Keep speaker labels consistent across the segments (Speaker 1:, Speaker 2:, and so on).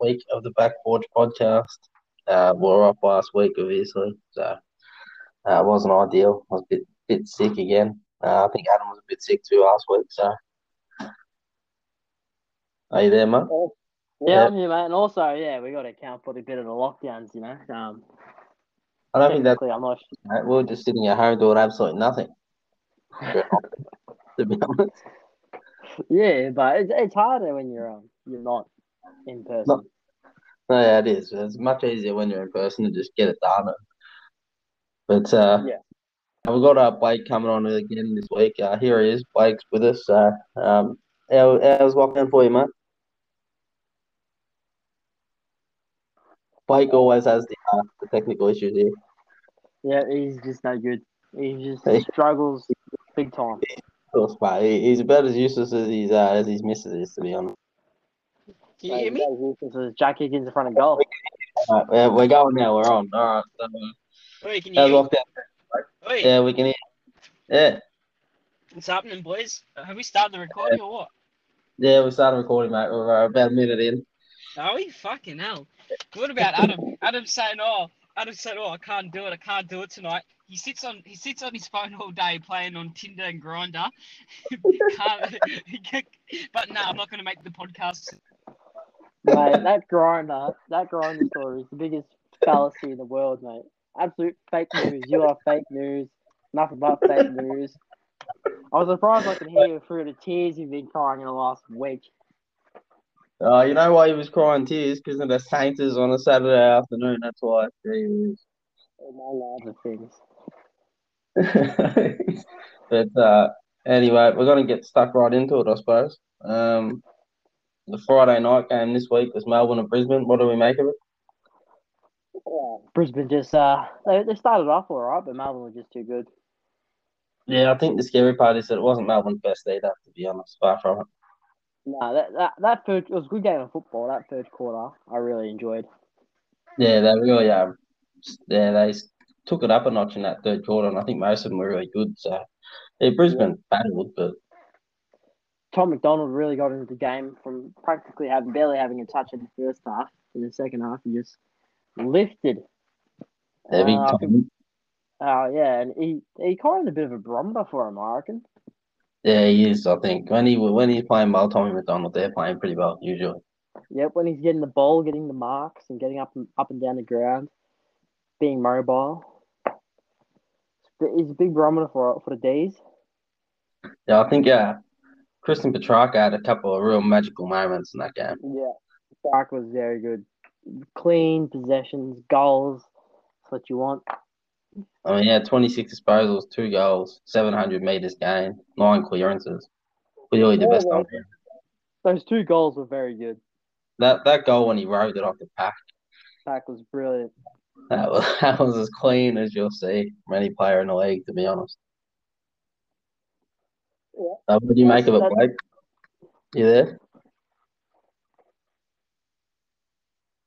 Speaker 1: week of the Backboard podcast. Uh, we were off last week, obviously, so uh, it wasn't ideal. I was a bit, bit sick again. Uh, I think Adam was a bit sick too last week, so. Are you there, mate?
Speaker 2: Yeah,
Speaker 1: Yeah.
Speaker 2: I'm here, mate. And also, yeah, we got to account for the bit of the lockdowns, you know. Um,
Speaker 1: I don't think that's
Speaker 2: technically, I'm not.
Speaker 1: right. We were just sitting at home doing absolutely nothing. to be honest.
Speaker 2: Yeah, but it's, it's harder when you're um you're not in person.
Speaker 1: No. No, Oh, yeah, it is. It's much easier when you're in person to just get it done. But uh,
Speaker 2: Yeah.
Speaker 1: we've got uh, Blake coming on again this week. Uh, here he is. Blake's with us. So, um, how, how's lockdown for you, mate? Blake always has the, uh, the technical issues here.
Speaker 2: Yeah, he's just no good. He just
Speaker 1: Hey.
Speaker 2: struggles big time.
Speaker 1: Of course, mate. He- He's about as useless as he's uh, as his missus is, to be honest.
Speaker 3: Can you hear me?
Speaker 2: This is Jack Higgins in front of goal.
Speaker 1: All right, we're- we're going now. We're on. All right. So, uh,
Speaker 3: Oi, can you
Speaker 1: how's
Speaker 3: hear me?
Speaker 1: lockdown?
Speaker 3: Oi,
Speaker 1: Yeah, we can hear. Yeah,
Speaker 3: what's happening, boys? Have we started the recording or what?
Speaker 1: yeah. We started recording, mate. We're uh, about a minute in.
Speaker 3: Are we fucking hell? What about Adam? Adam saying, "Oh, Adam said, oh, I can't do it. I can't do it tonight." He sits on he sits on his phone all day playing on Tinder and Grinder. can't, but no, I'm not going to make the podcast.
Speaker 2: Mate, that grinder, that grinder story is the biggest fallacy in the world, mate. Absolute fake news. You are fake news. Nothing but fake news. I was surprised I could hear you through the tears you've been crying in the last week.
Speaker 1: Uh, you know why he was crying tears? Because of the Saints is on a Saturday afternoon. That's why. Jeez.
Speaker 2: No other things.
Speaker 1: but uh, anyway, we're going to get stuck right into it, I suppose. Um, the Friday night game this week was Melbourne and Brisbane. What do we make of it?
Speaker 2: Brisbane just uh they, they started off all right, but Melbourne were just too good.
Speaker 1: Yeah, I think the scary part is that it wasn't Melbourne's best either, to be honest. Far from it.
Speaker 2: Nah, Uh, that, that that third it was a good game of football. That third quarter, I really enjoyed.
Speaker 1: Yeah, they really um, yeah they s- took it up a notch in that third quarter, and I think most of them were really good. So yeah, Brisbane battled, but
Speaker 2: Tom McDonald really got into the game from practically having barely having a touch in the first half. In the second half, he just lifted.
Speaker 1: they're big.
Speaker 2: Uh, I
Speaker 1: time.
Speaker 2: think- Oh yeah, and he he kind of a bit of a bromber for him, I reckon.
Speaker 1: Yeah, he is. I think when he when he's playing well, Tommy McDonald, they're playing pretty well usually.
Speaker 2: Yep, when he's getting the ball, getting the marks, and getting up and up and down the ground, being mobile. He's a big barometer for for the D's.
Speaker 1: Yeah, I think uh, Kristen Petrarca had a couple of real magical moments in that game.
Speaker 2: Yeah, Stark was very good. Clean possessions, goals. That's what you want.
Speaker 1: I mean, yeah, twenty six disposals, two goals, seven hundred meters gained, nine clearances. Clearly the best on there.
Speaker 2: Those two goals were very good.
Speaker 1: That that goal when he rode it off the pack,
Speaker 2: Stark was brilliant.
Speaker 1: that was that was as clean as you'll see from any player in the league, to be honest.
Speaker 2: Yeah.
Speaker 1: Uh, what do you make of it,
Speaker 2: That's-
Speaker 1: Blake? You there?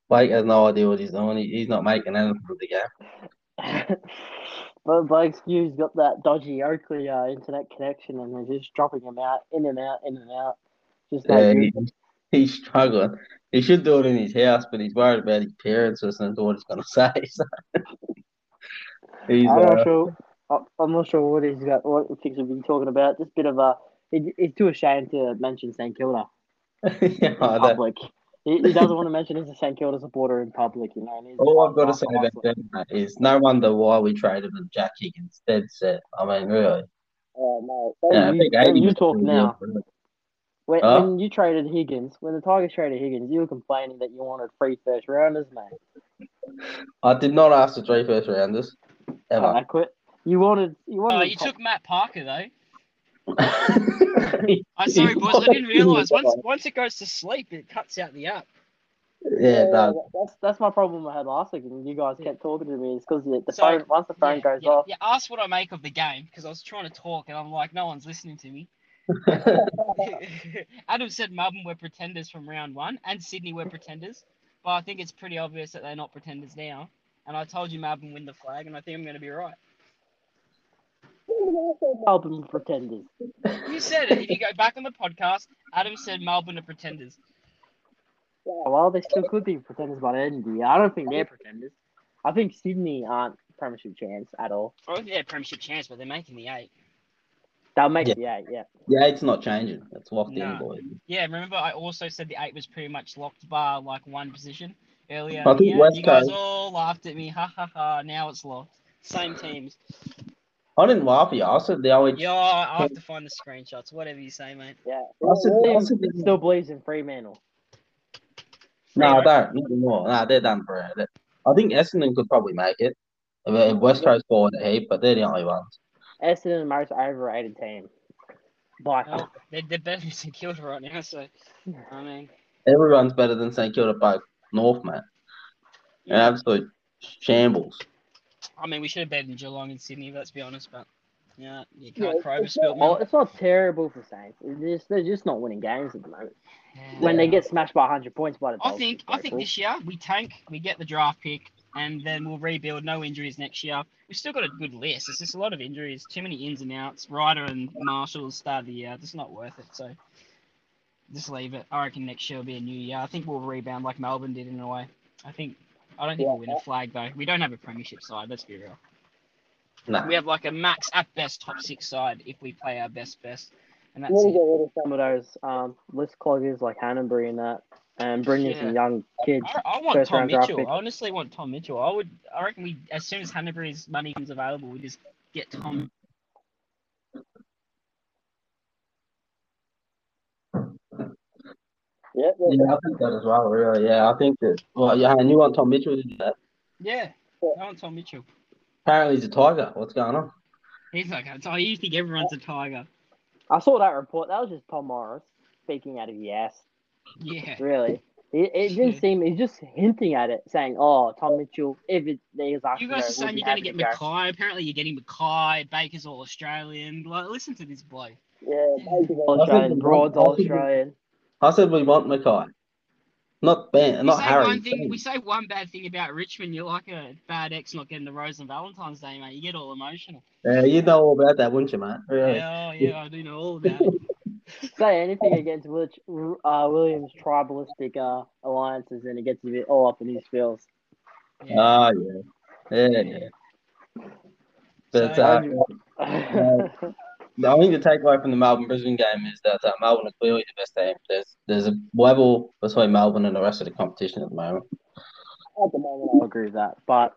Speaker 1: Blake has no idea what he's doing. He, he's not making anything of the game.
Speaker 2: but Blake's Hughes got that dodgy Oakley uh, internet connection, and they're just dropping him out, in and out, in and out. Just no
Speaker 1: Yeah,
Speaker 2: good.
Speaker 1: he, he's struggling. He should do it in his house, but he's worried about his parents listening to what he's going to say. So. he's
Speaker 2: I'm
Speaker 1: uh,
Speaker 2: not sure. I- I'm not sure what he's got. What things we've been talking about. Just a bit of a. he- He's too ashamed to mention St Kilda
Speaker 1: uh, yeah,
Speaker 2: in
Speaker 1: I don't-
Speaker 2: public. He, he doesn't want to mention he's a St Kilda supporter in public. You know. And he's
Speaker 1: all I've got to say
Speaker 2: Oh,
Speaker 1: about that mate, is no wonder why we traded with Jack Higgins. Dead set. I mean, really.
Speaker 2: Oh, no.
Speaker 1: Yeah, I
Speaker 2: you,
Speaker 1: think 80
Speaker 2: you
Speaker 1: was
Speaker 2: talk
Speaker 1: pretty good
Speaker 2: now.
Speaker 1: for him.
Speaker 2: When,
Speaker 1: Huh?
Speaker 2: when you traded Higgins, when the Tigers traded Higgins, you were complaining that you wanted free first rounders, mate.
Speaker 1: I did not ask for three first rounders
Speaker 2: Oh,
Speaker 1: ever.
Speaker 2: I quit. You wanted. You wanted.
Speaker 3: Oh,
Speaker 2: a
Speaker 3: you
Speaker 2: top-
Speaker 3: took Matt Parker though.
Speaker 1: yeah,
Speaker 3: I sorry, boys. I didn't
Speaker 1: fucking
Speaker 3: realise once
Speaker 1: right.
Speaker 3: once it goes to sleep, it cuts out the app.
Speaker 1: no.
Speaker 2: That's that's my problem I had last week, and you guys kept talking to me. It's because the, the
Speaker 3: So,
Speaker 2: phone once the phone
Speaker 3: yeah,
Speaker 2: goes
Speaker 3: yeah,
Speaker 2: off,
Speaker 3: Yeah, ask what I make of the game because I was trying to talk and I'm like, no one's listening to me. Adam said Melbourne were pretenders from round one and Sydney were pretenders, but I think it's pretty obvious that they're not pretenders now. And I told you Melbourne win the flag, and I think I'm going to be right.
Speaker 2: Melbourne pretenders.
Speaker 3: You said it. If you go back on the podcast, Adam said Melbourne are pretenders.
Speaker 2: Well, they still could be pretenders by the end of the year. I don't think they're pretenders. I think Sydney aren't premiership chance at all.
Speaker 3: I don't think they have Oh, premiership chance, but they're making the eight.
Speaker 2: They'll make
Speaker 1: Yeah.
Speaker 2: the eight, yeah.
Speaker 1: Yeah, it's not changing. It's locked
Speaker 3: No.
Speaker 1: in, boys.
Speaker 3: Yeah, remember I also said the eight was pretty much locked bar like one position earlier.
Speaker 1: I think
Speaker 3: yeah,
Speaker 1: West
Speaker 3: you guys
Speaker 1: Coast-
Speaker 3: all laughed at me. Ha ha ha. Now it's locked. Same teams.
Speaker 1: I didn't laugh at you. I said the only.
Speaker 3: Yo, I have to find the screenshots. Whatever you say, mate.
Speaker 2: Yeah.
Speaker 1: I said- I
Speaker 2: Liam
Speaker 1: said they-
Speaker 2: still believes in Fremantle.
Speaker 1: No, I don't. Not anymore. No, they're done for. it. I think Essendon could probably make it. I mean, West Coast forward a heap, but they're the only ones.
Speaker 2: Essendon and most overrated team. By
Speaker 3: Oh, they're, they're better than St Kilda right now, so I mean,
Speaker 1: Everyone's better than St Kilda both North, mate. An absolute shambles.
Speaker 3: I mean, we should have beaten Geelong and Sydney. Let's be honest, but yeah, you
Speaker 2: Yeah,
Speaker 3: can't yeah,
Speaker 2: it's,
Speaker 3: spilt
Speaker 2: not, oh,
Speaker 3: milk.
Speaker 2: it's not terrible for Saints. It's just, they're just not winning games at the moment.
Speaker 3: Yeah.
Speaker 2: When they get smashed by 100 points by the
Speaker 3: I
Speaker 2: Dolphins,
Speaker 3: think I think
Speaker 2: April.
Speaker 3: this year we tank, we get the draft pick, and then we'll rebuild. No injuries next year. We've still got a good list. It's just a lot of injuries, too many ins and outs. Ryder and Marshall will start of the year. It's not worth it. So just leave it. I reckon next year will be a new year. I think we'll rebound like Melbourne did in a way. I think. I don't think
Speaker 2: Yeah.
Speaker 3: we'll win a flag though. We don't have a premiership side. Let's be real.
Speaker 1: No.
Speaker 3: We have like a max at best top six side if we play our best best, and that's
Speaker 2: I'm gonna
Speaker 3: it.
Speaker 2: get rid of some of those um, list cloggers like Hannonbury and that, and bringing
Speaker 3: Yeah.
Speaker 2: some young kids.
Speaker 3: I, I want
Speaker 2: First
Speaker 3: Tom
Speaker 2: round draft
Speaker 3: Mitchell.
Speaker 2: pick.
Speaker 3: I honestly want Tom Mitchell. I would. I reckon we, as soon as Hanbury's money comes available, we just get Tom.
Speaker 2: Yep,
Speaker 1: Yeah, I think that as well, really. Yeah, I think that. Well, yeah, and you want Tom Mitchell to do that?
Speaker 3: Yeah, I want Tom Mitchell.
Speaker 1: Apparently, he's a tiger. What's going on?
Speaker 3: He's like, I you think everyone's a tiger.
Speaker 2: I saw that report. That was just Tom Morris speaking out of the ass.
Speaker 3: Yeah,
Speaker 2: Really, it, it didn't seem. He's just hinting at it, saying, "Oh, Tom Mitchell, if it is
Speaker 3: you
Speaker 2: actually
Speaker 3: guys are
Speaker 2: we'll
Speaker 3: saying
Speaker 2: be
Speaker 3: you're gonna
Speaker 2: happy
Speaker 3: get
Speaker 2: to go."
Speaker 3: Mackay. Apparently, you're getting Mackay. Baker's all Australian. Like, listen to this bloke.
Speaker 2: Yeah, Baker's all
Speaker 1: I think
Speaker 2: Australian,
Speaker 1: the-
Speaker 2: Broad's all
Speaker 1: I think the-
Speaker 2: Australian.
Speaker 1: I said we want Mackay. Not Ben,
Speaker 3: We
Speaker 1: not
Speaker 3: say
Speaker 1: Harry.
Speaker 3: one thing.
Speaker 1: Ben.
Speaker 3: We say one bad thing about Richmond. You're like a bad ex not getting the rose on Valentine's Day, mate. You get all emotional.
Speaker 1: Yeah, you know all about that, wouldn't you, mate? Really?
Speaker 3: Yeah, oh, yeah, I do know all about it.
Speaker 2: Say anything against Willich, uh, Williams' tribalistic uh, alliances, and it gets a bit all up in his feels.
Speaker 3: Yeah.
Speaker 1: Oh, yeah. Yeah, yeah. But
Speaker 3: So-
Speaker 1: uh, the only thing to take away from the Melbourne Brisbane game is that uh, Melbourne are clearly the best team. There's there's a level between Melbourne and the rest of the competition at the moment.
Speaker 2: At the moment, I'll agree with that. But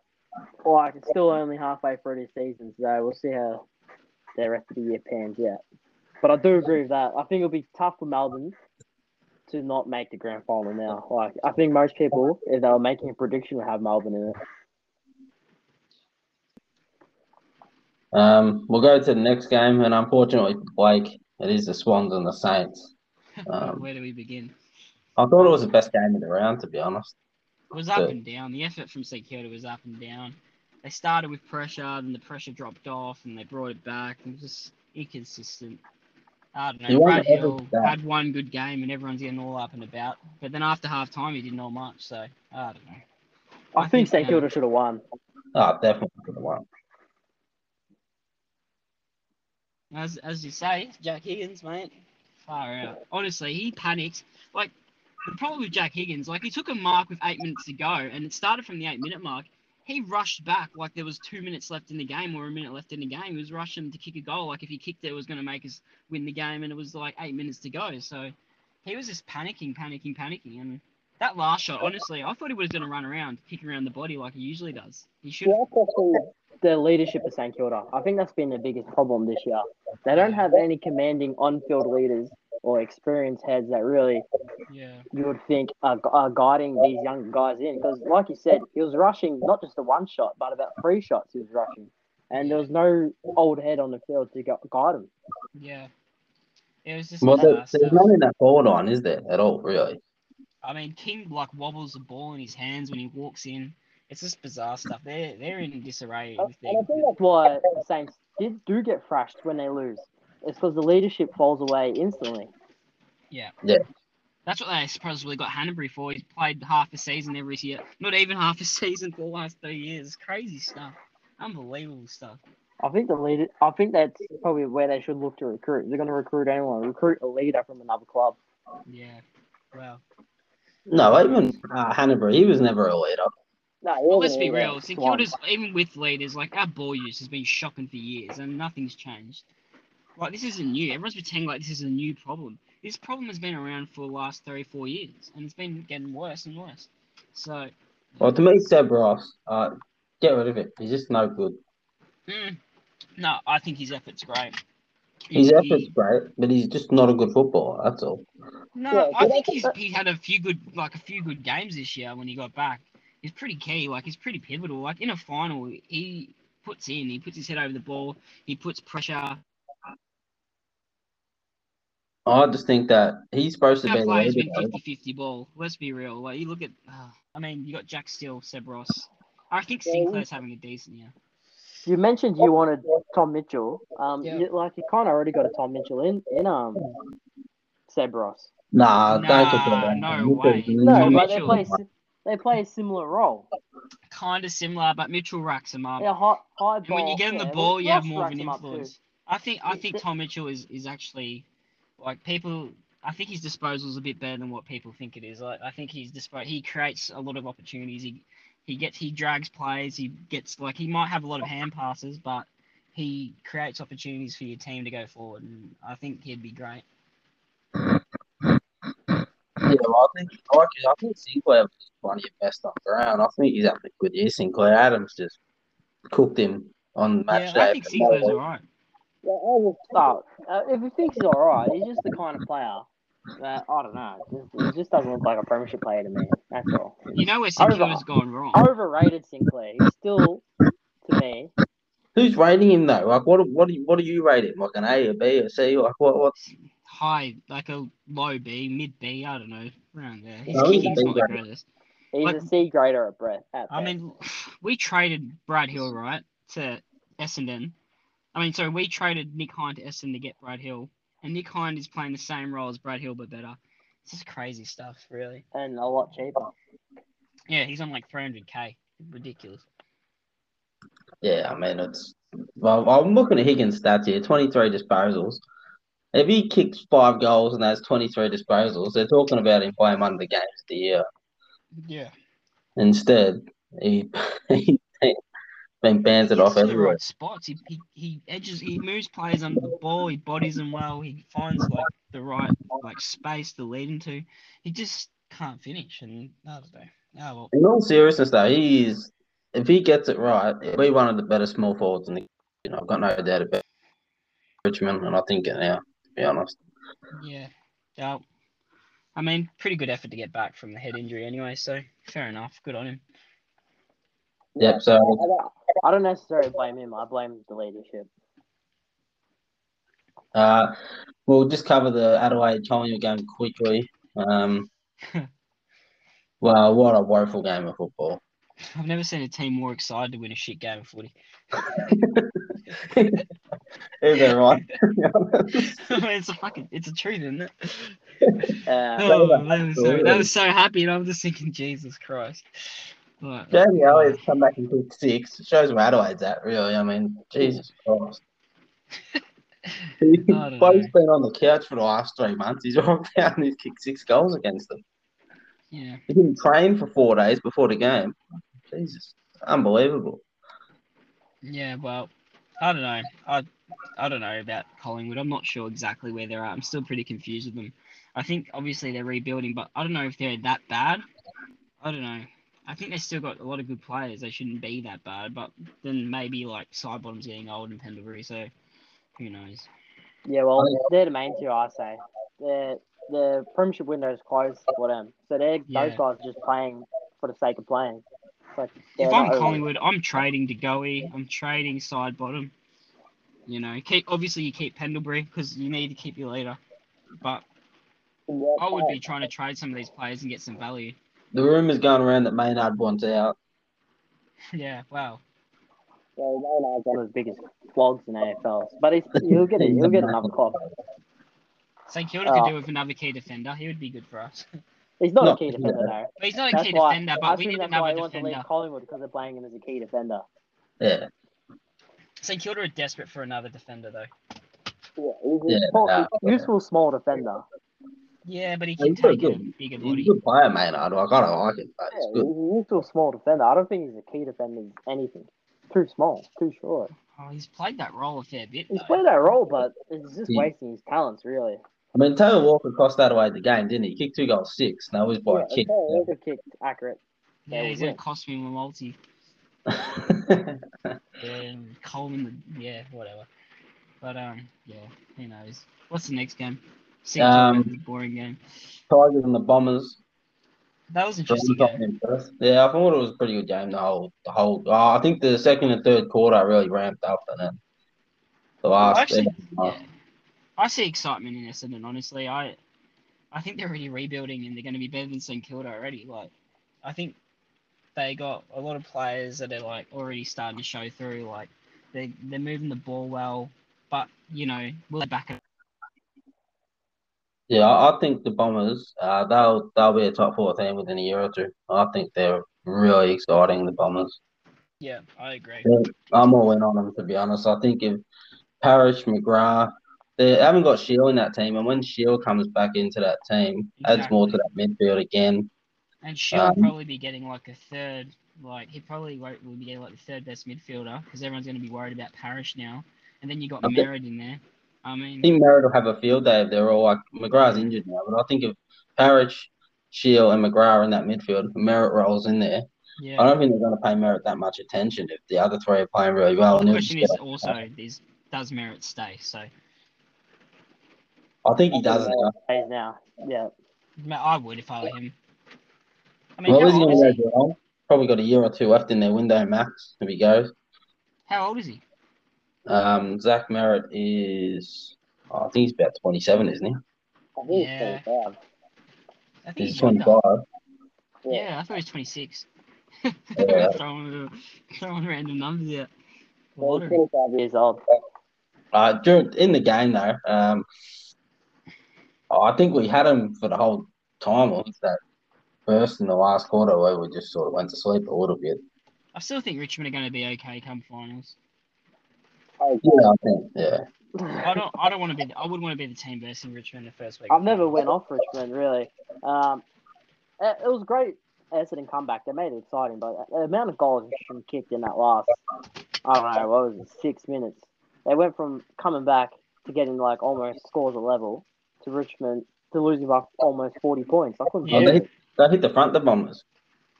Speaker 2: like, it's still only halfway through the season, so we'll see how the rest of the year pans out. But I do agree with that. I think it'll be tough for Melbourne to not make the grand final now. Like, I think most people, if they were making a prediction, would have Melbourne in it.
Speaker 1: Um, we'll go to the next game, and unfortunately, Blake, it is the Swans and the Saints. Um,
Speaker 3: Where do we begin?
Speaker 1: I thought it was the best game of the round, to be honest.
Speaker 3: It was up
Speaker 1: So-
Speaker 3: and down. The effort from St Kilda was up and down. They started with pressure, then the pressure dropped off, and they brought it back. It was just inconsistent. I don't
Speaker 1: You
Speaker 3: know.
Speaker 1: wonder
Speaker 3: Brad
Speaker 1: if
Speaker 3: Hill
Speaker 1: it's that.
Speaker 3: had one good game, and everyone's getting all up and about. But then after half time, he didn't know much. So I don't know.
Speaker 2: I,
Speaker 3: I
Speaker 2: think
Speaker 3: think
Speaker 2: St
Speaker 3: so.
Speaker 2: Kilda should have won.
Speaker 1: Oh, definitely could have won.
Speaker 3: As as you say, Jack Higgins, mate. Far out. Honestly, he panicked. Like the problem with Jack Higgins, like he took a mark with eight minutes to go, and it started from the eight minute mark. He rushed back like there was two minutes left in the game or a minute left in the game. He was rushing to kick a goal. Like if he kicked it, it was going to make us win the game, and it was like eight minutes to go. So he was just panicking, panicking, panicking, and. That last shot, honestly, I thought he was going to run around, kick around the body like he usually does. He should.
Speaker 2: The leadership of St Kilda. I think that's been the biggest problem this year. They don't have any commanding on-field leaders or experienced heads that really
Speaker 3: Yeah.
Speaker 2: you would think are, gu- are guiding these young guys in because, like you said, he was rushing not just the one shot, but about three shots he was rushing, and there was no old head on the field to gu- guide him.
Speaker 3: Yeah. It was just. a
Speaker 1: Well, there,
Speaker 3: disaster.
Speaker 1: there's none in that forward line, is there, at all, really?
Speaker 3: I mean, King like wobbles the ball in his hands when he walks in. It's just bizarre stuff. They're they're in disarray.
Speaker 2: And
Speaker 3: With
Speaker 2: I think
Speaker 3: their,
Speaker 2: that's why the Saints did do get thrashed when they lose. It's because the leadership falls away instantly.
Speaker 3: that's what they supposedly got Hanbury for. He's played half a season every year. Not even half a season for the last three years. Crazy stuff. Unbelievable stuff.
Speaker 2: I think the leader. I think that's probably where they should look to recruit. They're going to recruit anyone. Recruit a leader from another club.
Speaker 3: Yeah. Wow.
Speaker 1: No, even uh, Hannibal, he was never a leader.
Speaker 2: No,
Speaker 3: Well, let's be real. St Kilda's, even with leaders, like our ball use has been shocking for years and nothing's changed. Like, this isn't new. Everyone's pretending like this is a new problem. This problem has been around for the last three, four years and it's been getting worse and worse. So,
Speaker 1: Well, to me, Sebros, uh, get rid of it. He's just no good.
Speaker 3: mm, no, I think his effort's great.
Speaker 1: His
Speaker 3: He-
Speaker 1: effort's
Speaker 3: he-
Speaker 1: great, but he's just not a good footballer. That's all.
Speaker 3: No,
Speaker 2: Yeah,
Speaker 3: I
Speaker 2: but
Speaker 3: think
Speaker 2: that's-
Speaker 3: he's he had a few good like a few good games this year when he got back. He's pretty key, like he's pretty pivotal. Like in a final, he puts in, he puts his head over the ball, he puts pressure.
Speaker 1: I just think that he's supposed to be
Speaker 3: Our
Speaker 1: the
Speaker 3: players
Speaker 1: leader.
Speaker 3: win
Speaker 1: though.
Speaker 3: 50-50 ball. Let's be real. Like you look at, uh, I mean, you got Jack Steele, Seb Ross. I think
Speaker 2: Yeah, he-
Speaker 3: Sinclair's having a decent year.
Speaker 2: You mentioned you wanted Tom Mitchell. Um,
Speaker 3: Yeah.
Speaker 2: you, like you kind of already got a Tom Mitchell in in um, Sebros.
Speaker 1: Nah, don't
Speaker 3: Nah,
Speaker 1: compare that.
Speaker 3: no
Speaker 1: You
Speaker 3: way.
Speaker 1: could-
Speaker 2: No,
Speaker 3: Tom
Speaker 2: but they
Speaker 3: Mitchell.
Speaker 2: play si- they play a similar role.
Speaker 3: Kind of similar, but Mitchell racks him up.
Speaker 2: Yeah, high, high
Speaker 3: Um, And when you
Speaker 2: ball,
Speaker 3: get him the
Speaker 2: yeah,
Speaker 3: ball, you have
Speaker 2: Ross
Speaker 3: more of
Speaker 2: racks
Speaker 3: an
Speaker 2: them up too.
Speaker 3: influence. I think I
Speaker 2: It-
Speaker 3: think
Speaker 2: it-
Speaker 3: Tom Mitchell is, is actually like people. I think his disposal is a bit better than what people think it is. Like I think he's dispo- he creates a lot of opportunities. He he gets he drags plays. He gets like he might have a lot of hand passes, but he creates opportunities for your team to go forward. And I think he'd be great.
Speaker 1: Yeah, well, I think like I think Sinclair was plenty of best off around. I think he's having a good year. Sinclair Adams just cooked him on
Speaker 3: Yeah,
Speaker 1: match
Speaker 3: I
Speaker 1: day.
Speaker 3: think Sinclair's alright.
Speaker 2: Yeah, I will start. Uh, if he thinks he's all right, he's just the kind of player that I don't know. Just, he just doesn't look like a premiership player to me. That's all.
Speaker 3: You know where
Speaker 2: Over.
Speaker 3: Sinclair's gone wrong.
Speaker 2: Overrated Sinclair. He's still to me.
Speaker 1: Who's rating him though? Like, what what do you, what do you rate him? Like an A or B or C? Like what what?
Speaker 3: High, like a low B, mid B, I don't know, around there. His
Speaker 1: No, he's
Speaker 3: kicking's
Speaker 1: a
Speaker 3: not the
Speaker 1: B-grade.
Speaker 3: greatest.
Speaker 2: He's
Speaker 3: Like-
Speaker 2: a C grader at breath. At
Speaker 3: I
Speaker 2: best.
Speaker 3: mean, we traded Brad Hill, right, to Essendon. I mean, sorry, we traded Nick Hind to Essendon to get Brad Hill, and Nick Hind is playing the same role as Brad Hill but better. This is crazy stuff, really.
Speaker 2: and a lot cheaper.
Speaker 3: Yeah, he's on like 300k. Ridiculous.
Speaker 1: Yeah, I mean it's. Well, I'm looking at Higgins' stats here. Twenty three disposals. If he kicks five goals and has twenty three disposals, they're talking about him playing one of the games of the year.
Speaker 3: Yeah.
Speaker 1: Instead, he he's been bantered
Speaker 3: He's
Speaker 1: off
Speaker 3: in the
Speaker 1: everywhere.
Speaker 3: right spots. He, he he edges, he moves players under the ball. He bodies them well. He finds like the right like space to lead into. He just can't finish. And I don't know. Oh well.
Speaker 1: In all seriousness, though, he is. If he gets it right, he'll be one of the better small forwards in the. You know, I've got no doubt about Richmond, and I think it now. To be honest,
Speaker 3: Yeah. Yeah. I mean, pretty good effort to get back from the head injury anyway, so fair enough. Good on him.
Speaker 1: yep. So
Speaker 2: I don't, I don't necessarily blame him. I blame the leadership.
Speaker 1: uh, we'll just cover the Adelaide Collingwood game quickly. Um, well, what a woeful game of football.
Speaker 3: I've never seen a team more excited to win a shit game of footy.
Speaker 1: Is that right?
Speaker 3: I mean, it's a fucking, it's a truth, isn't it?
Speaker 2: Uh,
Speaker 3: Oh, that was so, that was so happy, and I'm just thinking, Jesus Christ. Like,
Speaker 1: Jamie Elliott's come back and kicked six. It shows where Adelaide's at, really. I mean, Jesus Christ. He's
Speaker 3: know.
Speaker 1: been on the couch for the last three months. He's all down. He's kicked six goals against them.
Speaker 3: yeah.
Speaker 1: He didn't train for four days before the game. Jesus, unbelievable.
Speaker 3: Yeah, well, I don't know. I I don't know about Collingwood. I'm not sure exactly where they're at. I'm still pretty confused with them. I think obviously they're rebuilding, but I don't know if they're that bad. I don't know. I think they still got a lot of good players. They shouldn't be that bad, but then maybe like Sidebottom's getting old in Pendlebury, so who knows?
Speaker 2: yeah, well, they're the main two, I say. The the premiership window is closed for them, so they are
Speaker 3: Yeah.
Speaker 2: those guys are just playing for the sake of playing. It's Like they're
Speaker 3: if I'm
Speaker 2: not really-
Speaker 3: Collingwood, I'm trading to Goey. I'm trading side bottom. You know, keep obviously you keep Pendlebury because you need to keep your leader. But I would be trying to trade some of these players and get some value.
Speaker 1: The rumours going around that Maynard wants out.
Speaker 3: yeah, wow.
Speaker 2: Well, Maynard's one of the biggest flogs in AFL, but he's, he'll get it. He'll get another club.
Speaker 3: St Kilda could
Speaker 2: Uh,
Speaker 3: do with another key defender. He would be good for us. But
Speaker 2: He's not
Speaker 1: No,
Speaker 2: a key defender though.
Speaker 3: he's not a
Speaker 2: That's
Speaker 3: key
Speaker 2: why
Speaker 3: defender,
Speaker 2: I
Speaker 3: but we
Speaker 2: think
Speaker 3: need
Speaker 2: that's why
Speaker 3: another
Speaker 2: he wants to
Speaker 3: defender.
Speaker 2: leave Collingwood because they're playing him as a key defender.
Speaker 1: Yeah,
Speaker 3: St Kilda are desperate for another defender though.
Speaker 2: Yeah, he's a
Speaker 1: Yeah,
Speaker 2: small-
Speaker 1: nah.
Speaker 2: useful small defender.
Speaker 3: Yeah, but he
Speaker 1: Yeah,
Speaker 3: can
Speaker 1: he's pretty
Speaker 3: take it
Speaker 1: good.
Speaker 3: a bigger
Speaker 1: He's a
Speaker 3: body.
Speaker 1: good player, mate. I I gotta like him. But
Speaker 2: Yeah,
Speaker 1: he's good.
Speaker 2: he- he's still a small defender. I don't think he's a key defender in anything. Too small, too short.
Speaker 3: Oh, he's played that role a fair bit.
Speaker 2: He's
Speaker 3: though.
Speaker 2: played that role, but it's just
Speaker 1: Yeah.
Speaker 2: wasting his talents, really.
Speaker 1: I mean, Taylor Walker cost that away the game, didn't he? He Kicked two goals, six. That was by
Speaker 2: yeah,
Speaker 1: kick.
Speaker 2: Taylor Walker kicked accurate.
Speaker 3: Yeah,
Speaker 2: Yeah,
Speaker 3: he's
Speaker 2: we
Speaker 3: gonna
Speaker 2: will.
Speaker 3: cost me my multi. Yeah, Coleman. Yeah, whatever. But um, yeah, who knows? What's the next game? Seems
Speaker 1: Um,
Speaker 3: already a boring game.
Speaker 1: Tigers and the Bombers.
Speaker 3: That was interesting.
Speaker 1: Toronto
Speaker 3: Game.
Speaker 1: in Perth. Yeah, I thought it was a pretty good game. The whole, the whole. Oh, I think the second and third quarter really ramped up, and then the last.
Speaker 3: actually,
Speaker 1: uh,
Speaker 3: yeah. Um, I see excitement in Essendon. Honestly, I, I think they're already rebuilding and they're going to be better than St Kilda already. Like, I think they got a lot of players that are like already starting to show through. Like, they they're moving the ball well, but you know, will they back it?
Speaker 1: Yeah, I I think the Bombers, uh, they'll they'll be a top four team within a year or two. I think they're really exciting. The Bombers.
Speaker 3: Yeah, I agree.
Speaker 1: I'm all in on them to be honest. I think if Parrish, McGrath, they haven't got Shield in that team, and when Shield comes back into that team, adds more to that midfield again.
Speaker 3: And she'll
Speaker 1: Um,
Speaker 3: probably be getting like a third, like he probably won't, will be getting like the third best midfielder because everyone's going to be worried about Parrish now. And then you got
Speaker 1: Okay.
Speaker 3: Merritt in there. I
Speaker 1: I
Speaker 3: mean,
Speaker 1: think Merritt will have a field day if they're all like McGrath's injured now, but I think if Parrish, Shield, and McGrath are in that midfield, Merritt rolls in there. I
Speaker 3: yeah.
Speaker 1: don't think they're going to pay Merritt that much attention if the other three are playing really well.
Speaker 3: The
Speaker 1: and he'll
Speaker 3: question
Speaker 1: just
Speaker 3: is
Speaker 1: get a-
Speaker 3: also is does Merritt stay? So
Speaker 1: I think he does.
Speaker 2: Yeah, He's now. Yeah.
Speaker 3: Ma- I would if I were him. I mean,
Speaker 1: Well,
Speaker 3: how,
Speaker 1: is he
Speaker 3: old is
Speaker 1: going to
Speaker 3: he?
Speaker 1: go for long? Probably got a year or two left in their window max if he goes.
Speaker 3: how old is he?
Speaker 1: Um, Zach Merritt is, oh, I think he's about 27, isn't he?
Speaker 2: I think he's
Speaker 3: Yeah.
Speaker 2: 25.
Speaker 3: I think
Speaker 1: He's
Speaker 3: he's younger.
Speaker 1: 25.
Speaker 2: Yeah.
Speaker 3: Yeah, I thought he was 26.
Speaker 1: Yeah.
Speaker 3: throwing, throwing random numbers out.
Speaker 2: Well, he's
Speaker 3: Lottery.
Speaker 2: 25 years old.
Speaker 1: Uh, during, in the game, though, um, I think we had him for the whole time. It was that first and the last quarter where we just sort of went to sleep a little bit.
Speaker 3: I still think Richmond are going to be okay come finals.
Speaker 1: Yeah, I think, yeah.
Speaker 3: I don't. I don't want to be. I would want to be the team versing Richmond the first week. of
Speaker 2: I've never
Speaker 3: finals.
Speaker 2: went off Richmond really. Um, it, it was great Essendon comeback. They made it exciting, but the amount of goals Richmond kicked in that last, I don't know, what was it, six minutes? They went from coming back to getting like almost scores a level to Richmond to losing by almost forty points. I couldn't.
Speaker 3: Yeah.
Speaker 2: believe it.
Speaker 1: Oh, They hit the front, the Bombers.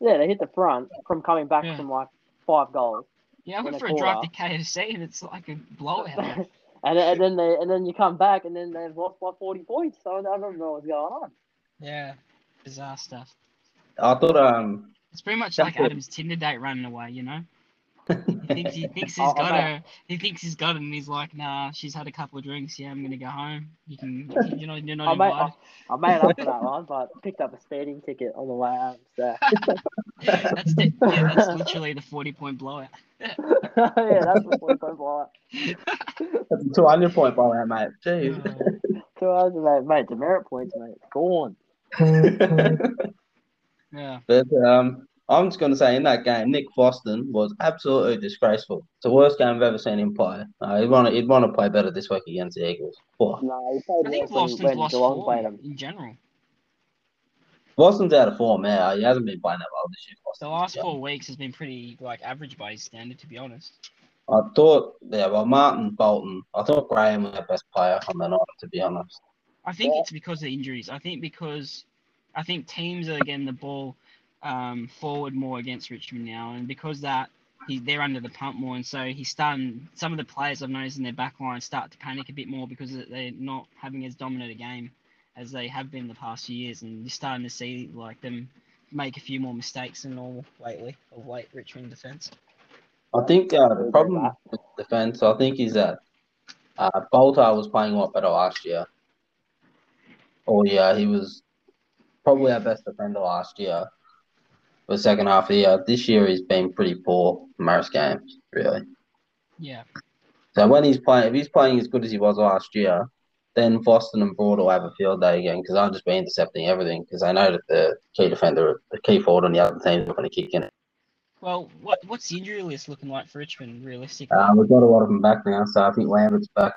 Speaker 2: yeah, they hit the front from coming back
Speaker 3: Yeah.
Speaker 2: from like five goals.
Speaker 3: Yeah, I
Speaker 2: in
Speaker 3: went
Speaker 2: a
Speaker 3: for a drive to
Speaker 2: quarter.
Speaker 3: KFC and it's like a blowout.
Speaker 2: and, and then they and then you come back and then they've lost by forty points. So I don't know what's going on.
Speaker 3: yeah, bizarre stuff.
Speaker 1: I thought, um,
Speaker 3: It's pretty much
Speaker 1: That's
Speaker 3: like
Speaker 1: it.
Speaker 3: Adam's Tinder date running away, you know. He thinks he thinks he's
Speaker 2: Oh,
Speaker 3: got
Speaker 2: okay.
Speaker 3: her. He thinks he's got her, and he's like, "Nah, she's had a couple of drinks. Yeah, I'm gonna go home. You can, you know, you're not
Speaker 2: I might, I,
Speaker 3: invited."
Speaker 2: Oh, I made up for that one, but picked up a speeding ticket on the way home. So
Speaker 3: That's the, yeah, that's literally the forty point blowout.
Speaker 2: yeah, that's the point point blowout.
Speaker 1: that's a 200 point blowout, mate. Jeez.
Speaker 3: Uh,
Speaker 2: Two hours, mate. Mate, demerit points, mate. Gone.
Speaker 3: yeah,
Speaker 1: But um, I'm just going to say in that game, Nick Boston was absolutely disgraceful. It's the worst game I've ever seen him play. Uh, he'd want to he'd want to play better this week against the Eagles. Four.
Speaker 2: No, he played
Speaker 3: I think
Speaker 2: worse
Speaker 3: Boston's
Speaker 2: when, when
Speaker 3: lost
Speaker 2: Geelong played
Speaker 3: form
Speaker 2: him.
Speaker 3: in general.
Speaker 1: Boston's out of form now. He hasn't been playing that well this year. Boston.
Speaker 3: The last four weeks has been pretty like average by his standard, to be honest.
Speaker 1: I thought, yeah, well, Martin Bolton. I thought Graham was the best player on the night, to be honest.
Speaker 3: I think
Speaker 2: Yeah.
Speaker 3: it's because of injuries. I think because I think teams are getting the ball um, forward more against Richmond now, and because that he, they're under the pump more, and so he's starting. Some of the players I've noticed in their back line start to panic a bit more because they're not having as dominant a game as they have been the past few years, and you're starting to see like them make a few more mistakes than normal lately of late Richmond defense.
Speaker 1: I think uh, the problem with defense, I think, is that uh, Boltar was playing a lot better last year. Oh yeah, he was probably our best defender last year. For the second half of the year, this year he's been pretty poor for most games, really.
Speaker 3: Yeah,
Speaker 1: So when he's playing, if he's playing as good as he was last year, then Boston and Broad will have a field day again because I'll just be intercepting everything because I know that the key defender, the key forward on the other team is not going to kick in.
Speaker 3: well, what what's the injury list looking like for Richmond realistically?
Speaker 1: Uh, we've got a lot of them back now, so I think Lambert's back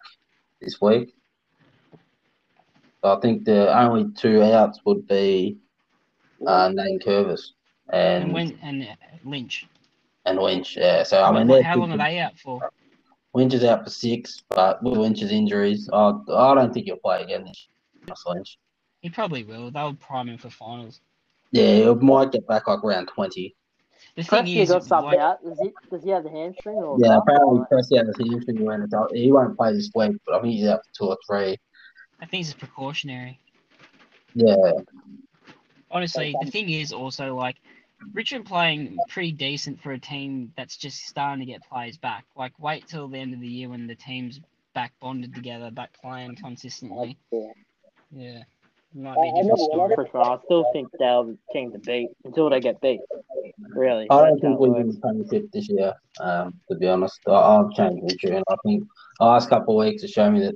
Speaker 1: this week. I think the only two outs would be uh, Nate Curvis and
Speaker 3: And
Speaker 1: and,
Speaker 3: when and uh, Lynch.
Speaker 1: Winch. Yeah, so I mean,
Speaker 3: What-
Speaker 1: they're
Speaker 3: how long are
Speaker 1: picking-
Speaker 3: they out for?
Speaker 1: Winch is out for six, but with Winch's injuries, I, I don't think he'll play again this year, Russ Lynch.
Speaker 3: He probably will. They'll prime him for finals.
Speaker 1: Yeah, it might get back like round 20.
Speaker 3: The thing
Speaker 2: Preston
Speaker 3: is,
Speaker 2: got subbed
Speaker 3: like,
Speaker 2: out. Does he, does he have a hamstring?
Speaker 3: Oh,
Speaker 2: Or
Speaker 1: Yeah,
Speaker 2: something?
Speaker 1: apparently Cressy has an injury when it's out. He won't play this week, but I think he's out for two or three.
Speaker 3: I think it's precautionary.
Speaker 1: Yeah,
Speaker 3: Honestly, the thing is also like Richmond playing pretty decent for a team that's just starting to get players back. Like wait till the end of the year when the team's back bonded together, back playing consistently.
Speaker 4: Yeah.
Speaker 3: Yeah. Might
Speaker 4: I-
Speaker 3: be
Speaker 4: I
Speaker 3: a different
Speaker 4: never-
Speaker 3: story.
Speaker 2: For sure. I still think they'll be the team to beat until they get beat. Really.
Speaker 1: I don't
Speaker 2: That's how
Speaker 1: think
Speaker 2: it
Speaker 1: we
Speaker 2: works.
Speaker 1: win the premiership this year, um, to be honest. I, I'll change my tune. I think the last couple of weeks have shown me that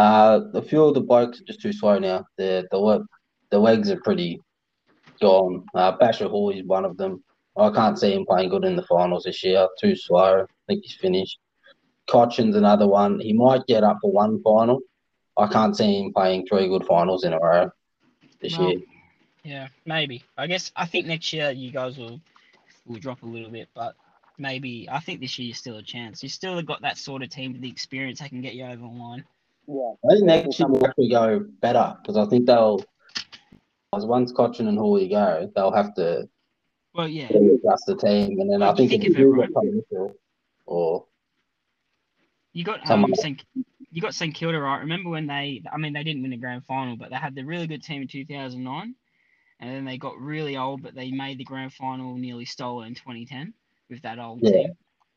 Speaker 1: uh, a few of the blokes are just too slow now. The the le- the legs are pretty gone. Uh, Basher Hall is one of them. I can't see him playing good in the finals this year. Too slow. I think he's finished. Cochin's another one. He might get up for one final. I can't see him playing three good finals in a row this
Speaker 3: Well,
Speaker 1: year.
Speaker 3: Yeah, maybe. I guess I think next year you guys will will drop a little bit, but maybe I think this year you're still a chance. You still got that sort of team with the experience that can get you over the line.
Speaker 4: Yeah.
Speaker 1: I think next year will actually go better because I think they'll, as once Cochin and Hawley go, they'll have to
Speaker 3: Well, yeah.
Speaker 1: adjust the team. And then I
Speaker 3: Like, you
Speaker 1: think, if
Speaker 3: think
Speaker 1: you
Speaker 3: of it,
Speaker 1: do
Speaker 3: right?
Speaker 1: get Cochin or
Speaker 3: You got um,
Speaker 1: Someone-
Speaker 3: St. You got St Kilda right. Remember when they? I mean, they didn't win a grand final, but they had the really good team in two thousand nine, and then they got really old, but they made the grand final, nearly stole it in twenty ten with that old
Speaker 1: Yeah.
Speaker 3: team,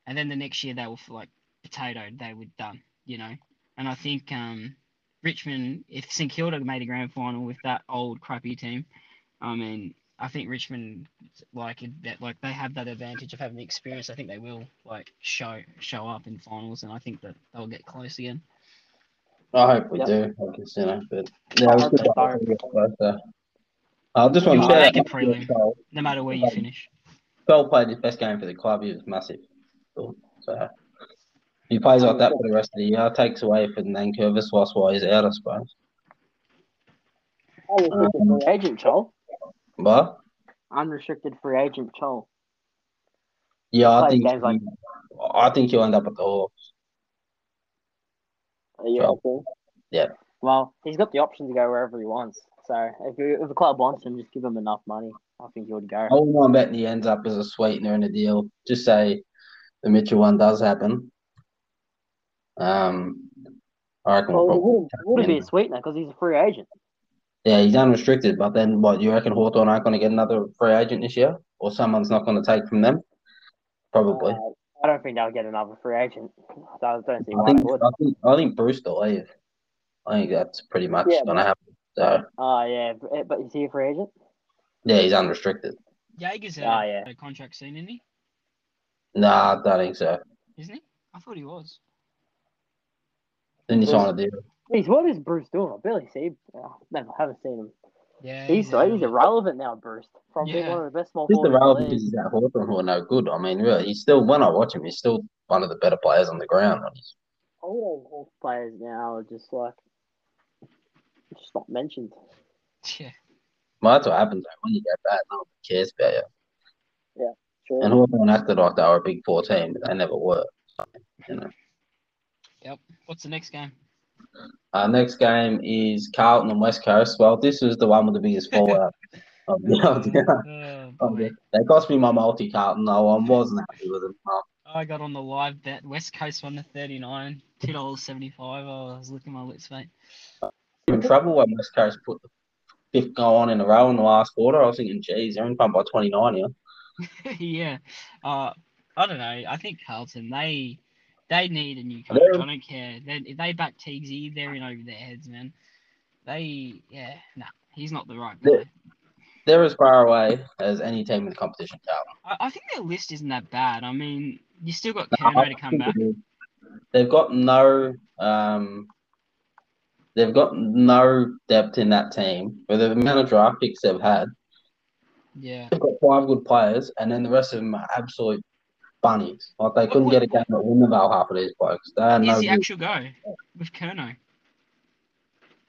Speaker 3: and then the next year they were like potatoed. They were done, you know. And I think um, Richmond, if St Kilda made a grand final with that old crappy team, I mean, I think Richmond, like it- that, like they have that advantage of having the experience. I think they will like show show up in finals, and I think that they'll get close again.
Speaker 1: I hope we
Speaker 2: Yep.
Speaker 1: do. I guess, you know, but yeah, it's
Speaker 2: hope
Speaker 1: good
Speaker 2: they
Speaker 1: luck to get closer. I just want to
Speaker 3: You will
Speaker 1: shout out
Speaker 3: make it prelim.
Speaker 1: Cole.
Speaker 3: No matter where you
Speaker 1: Right.
Speaker 3: finish,
Speaker 1: Cole played his best game for the club. He was massive. So if he plays like that for the rest of the year. Takes away from Nankervis whilst while he's out, I suppose.
Speaker 4: Unrestricted
Speaker 1: Um,
Speaker 4: free agent.
Speaker 2: Agent Chol.
Speaker 1: But
Speaker 2: Unrestricted free agent Chol.
Speaker 1: yeah, I
Speaker 2: Played
Speaker 1: think
Speaker 2: games like-
Speaker 1: I think he'll end up at the Hawks.
Speaker 2: Are you
Speaker 1: Chol.
Speaker 2: okay?
Speaker 1: Yeah.
Speaker 2: Well, he's got the option to go wherever he wants. So if, you, if the club wants him, just give him enough money. I think he would go.
Speaker 1: I wouldn't mind betting he ends up as a sweetener in a deal. Just say the Mitchell one does happen. Um, I reckon.
Speaker 2: Well,
Speaker 1: we'll
Speaker 2: he
Speaker 1: Oh, probably-
Speaker 2: wouldn't, he wouldn't be a sweetener because he's a free agent.
Speaker 1: yeah, he's unrestricted, but then what? You reckon Hawthorn aren't going to get another free agent this year, or someone's not going to take from them? Probably.
Speaker 2: Uh, I don't think they'll get another free agent. I don't don't see
Speaker 1: I
Speaker 2: why they
Speaker 1: think.
Speaker 2: would.
Speaker 1: I think. I think Bruce will leave. I think that's pretty much
Speaker 4: Yeah.
Speaker 1: going to happen. So
Speaker 2: Oh, yeah. But, but is he a free agent?
Speaker 1: yeah, he's unrestricted.
Speaker 3: Jaeger's
Speaker 2: Ah,
Speaker 3: out
Speaker 2: yeah.
Speaker 3: a contract soon, isn't he?
Speaker 1: Nah, I don't think so.
Speaker 3: Isn't he? I thought he was.
Speaker 1: Then he
Speaker 2: Bruce-
Speaker 1: signed a deal.
Speaker 2: Jeez, what is Bruce doing? I barely see him. Oh, man, I haven't seen him.
Speaker 3: Yeah.
Speaker 2: He's,
Speaker 3: out.
Speaker 2: he's irrelevant now, Bruce, from being
Speaker 3: Yeah.
Speaker 2: one of the best small
Speaker 1: Just the
Speaker 2: forwards in
Speaker 1: relevant
Speaker 2: league.
Speaker 1: because he's at Hawthorn who are no good. I mean, really, he's still when I watch him, he's still one of the better players on the ground.
Speaker 4: Oh,
Speaker 2: players now are just like just not mentioned.
Speaker 3: Yeah.
Speaker 1: Well, that's what happens like, when you get bad. No one cares about you.
Speaker 4: sure.
Speaker 1: And Hawthorn acted like they were a big four team, but they never were. You know.
Speaker 3: What's the next game?
Speaker 1: Our next game is Carlton and West Coast. Well, this was the one with the biggest fallout. of the, of the,
Speaker 3: Oh,
Speaker 1: of
Speaker 3: boy.
Speaker 1: the, they cost me my multi Carlton. though. I wasn't happy with them. Oh,
Speaker 3: I got on the live bet. West Coast won the 39, $2.75. Oh, I was looking at my lips, mate.
Speaker 1: I'm in trouble when West Coast put the fifth goal on in a row in the last quarter. I was thinking, geez, they're in front by 29 here.
Speaker 3: yeah. Uh, I don't know. I think Carlton they they need a new
Speaker 1: They-
Speaker 3: coach. I don't care. They, if they back Teagsy, they're in over their heads, man. They yeah, no, he's not the right guy.
Speaker 1: They- They're as far away as any team in the competition, Carlton.
Speaker 3: I, I think their list isn't that bad. I mean, you still got
Speaker 1: No,
Speaker 3: Kerno
Speaker 1: I
Speaker 3: to come
Speaker 1: think
Speaker 3: back.
Speaker 1: it is. They've got no um they've got no depth in that team. With the amount of draft picks they've had,
Speaker 3: Yeah.
Speaker 1: they've got five good players and then the rest of them are absolute bunnies. Like they couldn't get a game at Wintervale half of these blokes. They are
Speaker 3: Here's
Speaker 1: no
Speaker 3: the
Speaker 1: good.
Speaker 3: actual go with Kerno.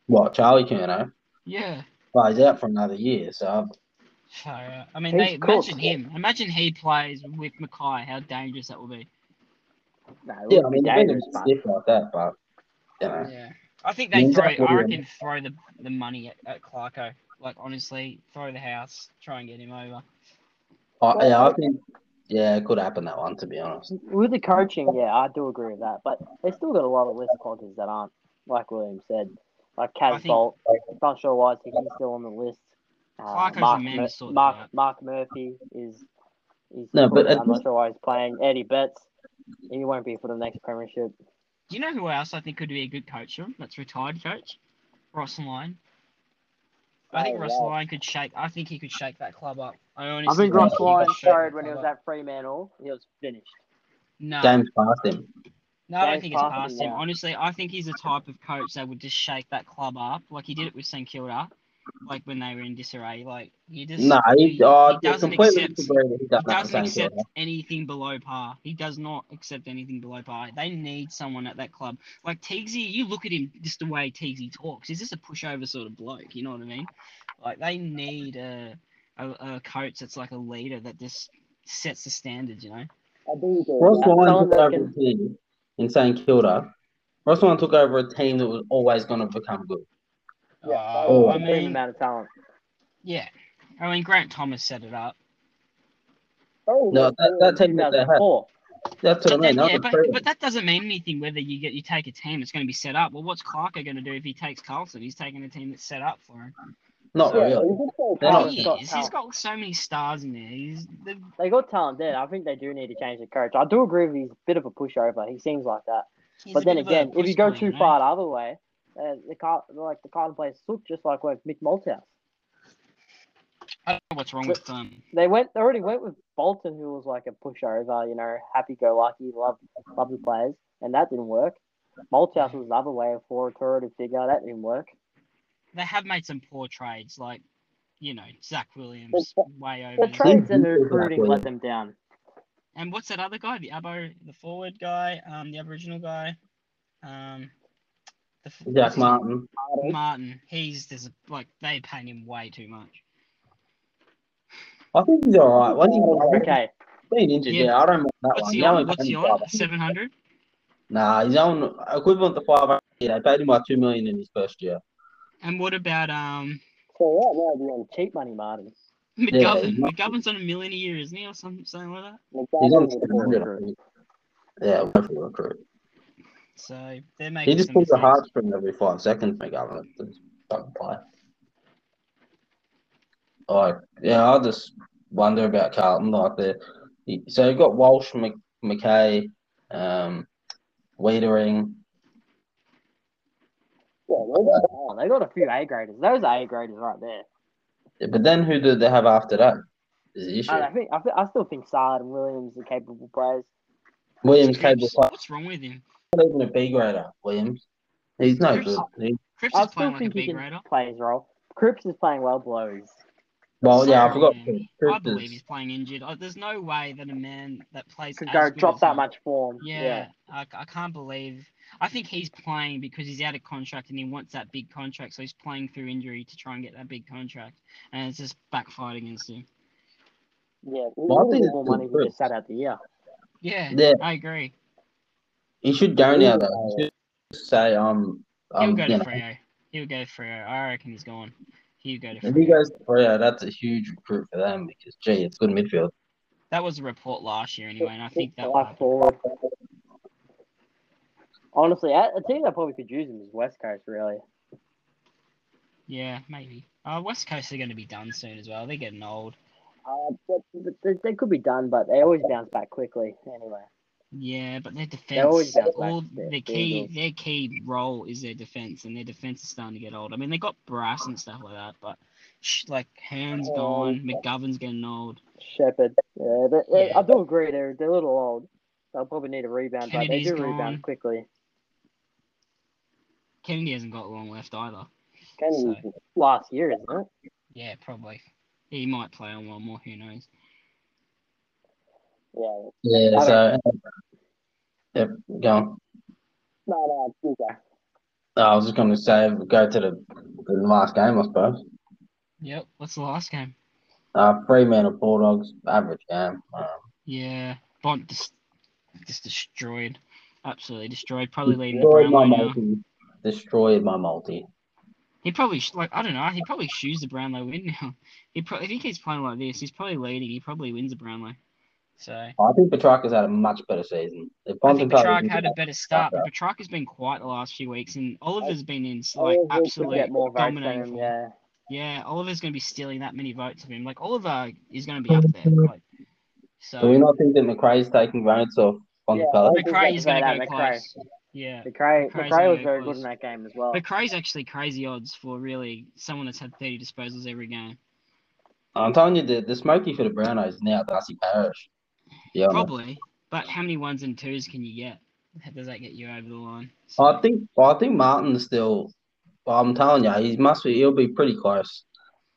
Speaker 1: What Charlie Curno?
Speaker 3: Yeah.
Speaker 1: Well, he's out for another year, so
Speaker 3: So, uh, I mean,
Speaker 2: He's
Speaker 3: they,
Speaker 2: cooked.
Speaker 3: imagine him. Imagine he plays with Mackay. How dangerous that will be.
Speaker 2: No, it
Speaker 1: yeah.
Speaker 2: would
Speaker 1: I
Speaker 2: be
Speaker 1: mean, they're
Speaker 2: dangerous,
Speaker 1: gonna
Speaker 2: but
Speaker 1: stiff like that, but you know,
Speaker 3: Yeah. I think they
Speaker 1: He's
Speaker 3: throw.
Speaker 1: up with
Speaker 3: I
Speaker 1: him.
Speaker 3: reckon throw the, the money at, at Clarko. Like honestly, throw the house. Try and get him over.
Speaker 1: I, yeah, I think yeah, it could happen that one to be honest.
Speaker 2: with the coaching, yeah, I do agree with that. But they still got a lot of list qualities that aren't, like William said, like Kaz
Speaker 3: I think-
Speaker 2: Bolt. Not sure why he's still on the list. Uh,
Speaker 3: Clarko's a
Speaker 2: Mark,
Speaker 3: man
Speaker 2: Mur-
Speaker 3: to sort
Speaker 2: Mark,
Speaker 3: that out.
Speaker 2: Mark Murphy is. He's
Speaker 1: No, but
Speaker 2: I'm
Speaker 1: at
Speaker 2: not
Speaker 1: least-
Speaker 2: sure why he's playing. Eddie Betts, he won't be for the next premiership.
Speaker 3: Do you know who else I think could be a good coach? for him? That's retired coach, Ross Lyon. I think
Speaker 4: Oh,
Speaker 3: Ross
Speaker 4: wow.
Speaker 3: Lyon could shake. I think he could shake that club up. I
Speaker 2: I
Speaker 3: honestly
Speaker 2: think
Speaker 1: Ross
Speaker 2: Ross
Speaker 3: he could
Speaker 2: Lyon
Speaker 3: shake
Speaker 2: showed
Speaker 3: that
Speaker 2: when he was
Speaker 3: club up.
Speaker 2: at Fremantle. He was finished.
Speaker 3: No,
Speaker 1: James passed him.
Speaker 3: No, I don't
Speaker 2: James
Speaker 3: think it's
Speaker 2: Parker,
Speaker 3: past him.
Speaker 2: yeah.
Speaker 3: Honestly, I think he's the type of coach that would just shake that club up, like he did it with St Kilda, like when they were in disarray. Like he just
Speaker 1: No, he, oh,
Speaker 3: he
Speaker 1: yeah,
Speaker 3: doesn't
Speaker 1: completely
Speaker 3: accept-
Speaker 1: disagree that he
Speaker 3: he
Speaker 1: doesn't have the
Speaker 3: doesn't
Speaker 1: same
Speaker 3: accept
Speaker 1: quarterback.
Speaker 3: anything below par. He does not accept anything below par. They need someone at that club. Like Teagsy, you look at him just the way Teagsy talks. He's just a pushover sort of bloke. You know what I mean? Like they need a a, a coach that's like a leader that just sets the standards. You know?
Speaker 4: I do agree.
Speaker 1: Ross
Speaker 4: with that.
Speaker 1: Lyon
Speaker 2: someone
Speaker 1: took
Speaker 2: that
Speaker 1: over
Speaker 2: can-
Speaker 1: a team in St Kilda. Ross Lyon took over a team that was always going to become good.
Speaker 4: Yeah,
Speaker 3: Uh,
Speaker 1: oh,
Speaker 3: I
Speaker 2: Same
Speaker 3: mean,
Speaker 2: amount of talent.
Speaker 3: yeah. I mean, Grant Thomas set it up.
Speaker 4: Oh,
Speaker 1: No, that, that team that they had.
Speaker 2: 2004.
Speaker 1: That's what I
Speaker 3: But
Speaker 1: mean.
Speaker 3: that-
Speaker 1: That
Speaker 3: yeah,
Speaker 1: was
Speaker 3: but,
Speaker 1: brilliant.
Speaker 3: but that doesn't mean anything whether you get you take a team that's going to be set up. Well, what's Clarko going to do if he takes Carlton? He's taking a team that's set up for him.
Speaker 1: Not
Speaker 4: yeah,
Speaker 1: really.
Speaker 4: he did say
Speaker 1: They're not-
Speaker 4: Carlton.
Speaker 3: he
Speaker 2: he's got
Speaker 3: is. He's
Speaker 2: talent.
Speaker 3: got so many stars in there. He's the,
Speaker 2: They got talent there. I think they do need to change the coach. I do agree with he's a bit of a pushover. He seems like that.
Speaker 3: he's
Speaker 2: but
Speaker 3: a
Speaker 2: then
Speaker 3: bit of a
Speaker 2: again, if you
Speaker 3: push eh?
Speaker 2: go
Speaker 3: boy,
Speaker 2: too
Speaker 3: know?
Speaker 2: far the other way, uh, the car like the Carlton players look just like like Mick Malthouse.
Speaker 3: I don't know what's wrong with um.
Speaker 2: They went. They already went with Bolton, who was like a pushover, you know, happy-go-lucky, love, lovely players, and that didn't work. Malthouse was another way for a torrid figure. That didn't work.
Speaker 3: They have made some poor trades, like you know Zach Williams
Speaker 4: But-
Speaker 3: way over.
Speaker 2: The
Speaker 3: his-
Speaker 2: trades and the recruiting let them down.
Speaker 3: and what's that other guy? The Abo, the forward guy, um, the Aboriginal guy, um, the f- what's
Speaker 1: Jack
Speaker 3: his-
Speaker 1: Martin.
Speaker 3: Martin. He's there's a, like they paying him way too much.
Speaker 1: I think he's all right. Once he's
Speaker 2: Okay,
Speaker 1: been injured,
Speaker 3: Yeah.
Speaker 1: yeah, I don't mind that
Speaker 3: What's
Speaker 1: one.
Speaker 3: he
Speaker 1: Now
Speaker 3: on?
Speaker 1: he
Speaker 3: What's
Speaker 1: paid
Speaker 3: he
Speaker 1: him
Speaker 3: on?
Speaker 1: five-
Speaker 3: Seven hundred.
Speaker 1: Nah, he's on equivalent to five. Yeah, they paid him like two million in his first year.
Speaker 3: And what about um
Speaker 4: So right now we're on
Speaker 2: cheap money, Martin.
Speaker 3: McGovern?
Speaker 1: he's not-
Speaker 3: McGovern's on a million a year, isn't he, or something, something like that?
Speaker 1: He's on
Speaker 4: McGovern with
Speaker 1: seven
Speaker 4: the
Speaker 1: hundred. I think. Yeah, we're for recruit.
Speaker 3: So they're making.
Speaker 1: He just
Speaker 3: some
Speaker 1: pulls a
Speaker 3: mistakes.
Speaker 1: heartstring every five seconds, McGovern. It's fucking play. Like, yeah, I just wonder about Carlton. Like, the so you've got Walsh, Mc, McKay, um, Wiedering.
Speaker 4: Yeah, we're on
Speaker 2: Oh, they got a few A graders. Those are A graders right there.
Speaker 1: But then who did they have after that? Is the issue.
Speaker 2: I, I think I, thi- I still think Sard and Williams are capable players.
Speaker 1: Williams
Speaker 3: Cripps-
Speaker 1: capable player,
Speaker 3: What's wrong with him?
Speaker 1: not even a B grader, Williams. He's no
Speaker 3: Cripps-
Speaker 1: good. He,
Speaker 3: Cripps
Speaker 2: I
Speaker 3: is
Speaker 2: still
Speaker 3: playing like a
Speaker 2: think he
Speaker 3: big
Speaker 2: can
Speaker 3: grader.
Speaker 2: play his role. Cripps is playing well below his.
Speaker 1: well, yeah, I
Speaker 3: Sorry,
Speaker 1: forgot.
Speaker 3: man.
Speaker 1: Cripps
Speaker 3: I believe
Speaker 1: is-
Speaker 3: he's playing injured. Oh, there's no way that a man that plays
Speaker 2: Could
Speaker 3: as
Speaker 2: go
Speaker 3: good
Speaker 2: drop
Speaker 3: as
Speaker 2: that
Speaker 3: him-
Speaker 2: much form.
Speaker 3: Yeah, I, I can't believe. I think he's playing because he's out of contract and he wants that big contract, so he's playing through injury to try and get that big contract, and it's just backfired against him.
Speaker 2: yeah.
Speaker 1: Well, I
Speaker 2: Well,
Speaker 1: think it's
Speaker 2: more
Speaker 1: still
Speaker 2: money if he
Speaker 1: Cripps.
Speaker 2: just sat out the year.
Speaker 3: Yeah,
Speaker 1: Yeah.
Speaker 3: I agree.
Speaker 1: He should go now, though. He should say, um,
Speaker 3: He'll
Speaker 1: um
Speaker 3: go
Speaker 1: you
Speaker 3: to
Speaker 1: know,
Speaker 3: Freo. He'll go to Freo. I reckon he's gone. He'll go to
Speaker 1: if he
Speaker 3: Freo.
Speaker 1: goes to Freo, oh that's a huge recruit for them because, gee, it's good midfield.
Speaker 3: That was a report last year anyway, and I think that
Speaker 2: Like forward. Honestly, I, I think that probably could use him is West Coast. Really,
Speaker 3: yeah, maybe. Uh, West Coast are going to be done soon as well. They're getting old.
Speaker 2: uh, but they, they could be done, but they always bounce back quickly. Anyway,
Speaker 3: Yeah, but their
Speaker 2: always bounce
Speaker 3: defense,
Speaker 2: back
Speaker 3: all
Speaker 2: to their
Speaker 3: their key,
Speaker 2: field.
Speaker 3: their key role is their defense, and their defense is starting to get old. I mean, they got brass and stuff like that, but sh- like Hearn's
Speaker 2: Oh.
Speaker 3: gone, McGovern's getting old.
Speaker 2: Shepard. Yeah, they, they-
Speaker 3: Yeah.
Speaker 2: I do agree. They're they're a little old. They'll probably need a rebound,
Speaker 3: Kennedy's
Speaker 2: but they do
Speaker 3: gone.
Speaker 2: rebound quickly.
Speaker 3: Kennedy hasn't got long left either.
Speaker 4: Kennedy's
Speaker 3: So,
Speaker 2: Last year, isn't it?
Speaker 3: yeah, probably. He might play on one more. Who knows?
Speaker 4: Yeah.
Speaker 1: Yeah,
Speaker 2: I
Speaker 1: so, yep, go on.
Speaker 2: uh,
Speaker 4: No, no, it's good.
Speaker 1: No, I was just going to say, go to the, the last game, I suppose.
Speaker 3: Yep. What's the last game?
Speaker 1: Uh, Fremantle Bulldogs, average game. Um,
Speaker 3: Yeah. Bond just, just destroyed. Absolutely destroyed. Probably leading the
Speaker 1: destroyed my
Speaker 3: Brownlow now.
Speaker 1: multi. Destroyed my multi.
Speaker 3: He probably sh- like I don't know. He probably shoes the Brownlow win now. He probably if he keeps playing like this, he's probably leading. He probably wins the Brownlow. So
Speaker 1: I think Petrarca's had a much better season. If
Speaker 3: I think
Speaker 1: Bontempi was
Speaker 3: Petrarch
Speaker 1: injured,
Speaker 3: had a better start, but Petrarch has been quiet the last few weeks, and Oliver's been in like
Speaker 4: Oliver's gonna
Speaker 2: He'll
Speaker 3: absolute
Speaker 2: get more votes than
Speaker 3: dominating.
Speaker 2: him,
Speaker 3: form.
Speaker 2: yeah.
Speaker 3: Yeah, Oliver's going to be stealing that many votes of him. Like Oliver is going to be up there. Like,
Speaker 1: do we
Speaker 3: so
Speaker 1: not think that McRae's taking votes off Bontempi?
Speaker 2: think
Speaker 3: McRae is
Speaker 2: that's
Speaker 3: going to
Speaker 2: about
Speaker 3: go
Speaker 2: it, McRae.
Speaker 3: close. Yeah,
Speaker 2: The Cray, the
Speaker 3: McRae's
Speaker 2: Cray was
Speaker 3: very
Speaker 2: very
Speaker 3: close.
Speaker 2: good in that game as well.
Speaker 3: McRae's actually crazy odds for really someone that's had thirty disposals every game.
Speaker 1: I'm telling you, the, the smoky for the Brownos is now Darcy Parish. Yeah,
Speaker 3: Probably, but how many ones and twos can you get? How does that get you over the line? So,
Speaker 1: I think I think Martin's still. I'm telling you, he must be. He'll be pretty close.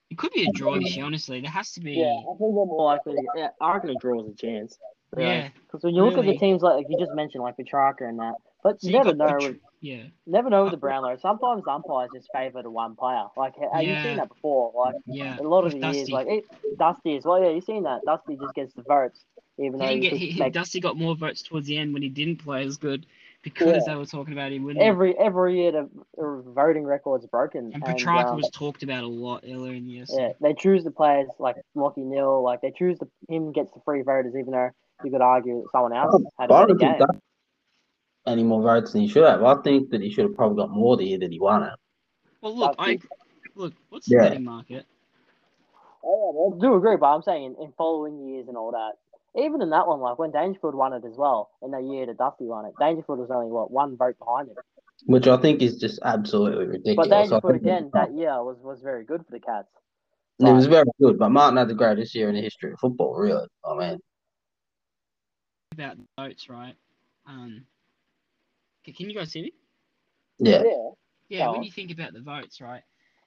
Speaker 3: it could be a draw this year, honestly. There has to be.
Speaker 4: Yeah, I think they're
Speaker 2: More
Speaker 4: more likely.
Speaker 2: likely, to get- yeah, I reckon a draw is a chance.
Speaker 3: Yeah.
Speaker 2: Because when you look at
Speaker 3: Really?
Speaker 2: the teams like, like you just mentioned, like Petrarca and that, but
Speaker 3: So
Speaker 2: you
Speaker 3: you
Speaker 2: never
Speaker 3: got
Speaker 2: know.
Speaker 3: Petr-
Speaker 2: With,
Speaker 3: yeah.
Speaker 2: never know with the Brownlow. Sometimes umpires just favour the one player. Like have you
Speaker 3: Yeah.
Speaker 2: seen that before? Like
Speaker 3: Yeah.
Speaker 2: a lot of
Speaker 3: With
Speaker 2: the years,
Speaker 3: Dusty.
Speaker 2: like it, Dusty as well. Yeah, you've seen that. Dusty just gets the votes, even
Speaker 3: He
Speaker 2: though
Speaker 3: didn't
Speaker 2: you
Speaker 3: get,
Speaker 2: could
Speaker 3: he, he,
Speaker 2: make
Speaker 3: Dusty got more votes towards the end when he didn't play as good because they were talking about him winning.
Speaker 2: every every year the uh, voting record's broken.
Speaker 3: and Petrarca
Speaker 2: um,
Speaker 3: was talked about a lot earlier in the year. So.
Speaker 2: Yeah, they choose the players like Lockie Neal. Like they choose the him gets the free voters, even though you could argue that someone else had a
Speaker 1: I
Speaker 2: better
Speaker 1: don't
Speaker 2: game.
Speaker 1: think Darcy any more votes than he should have. I think that he should have probably got more the year that he won it.
Speaker 3: Well, look, I
Speaker 4: Dusty.
Speaker 3: look. What's the
Speaker 1: Yeah.
Speaker 3: betting market?
Speaker 4: Oh,
Speaker 2: I do agree, but I'm saying in, in following years and all that, even in that one, like when Dangerfield won it as well, in the year that Dusty won it, Dangerfield was only what one vote behind him.
Speaker 1: which I think is just absolutely ridiculous.
Speaker 2: But
Speaker 1: I
Speaker 2: Dangerfield
Speaker 1: think
Speaker 2: again
Speaker 1: that,
Speaker 2: that year was was very good for the Cats.
Speaker 1: it was very good. But Martin had the greatest year in the history of football, really. I mean,
Speaker 3: About votes, right? Um, c- can you guys see me?
Speaker 1: yeah,
Speaker 4: yeah.
Speaker 3: Yeah,
Speaker 2: Go
Speaker 3: when
Speaker 2: on.
Speaker 3: you think about the votes, right?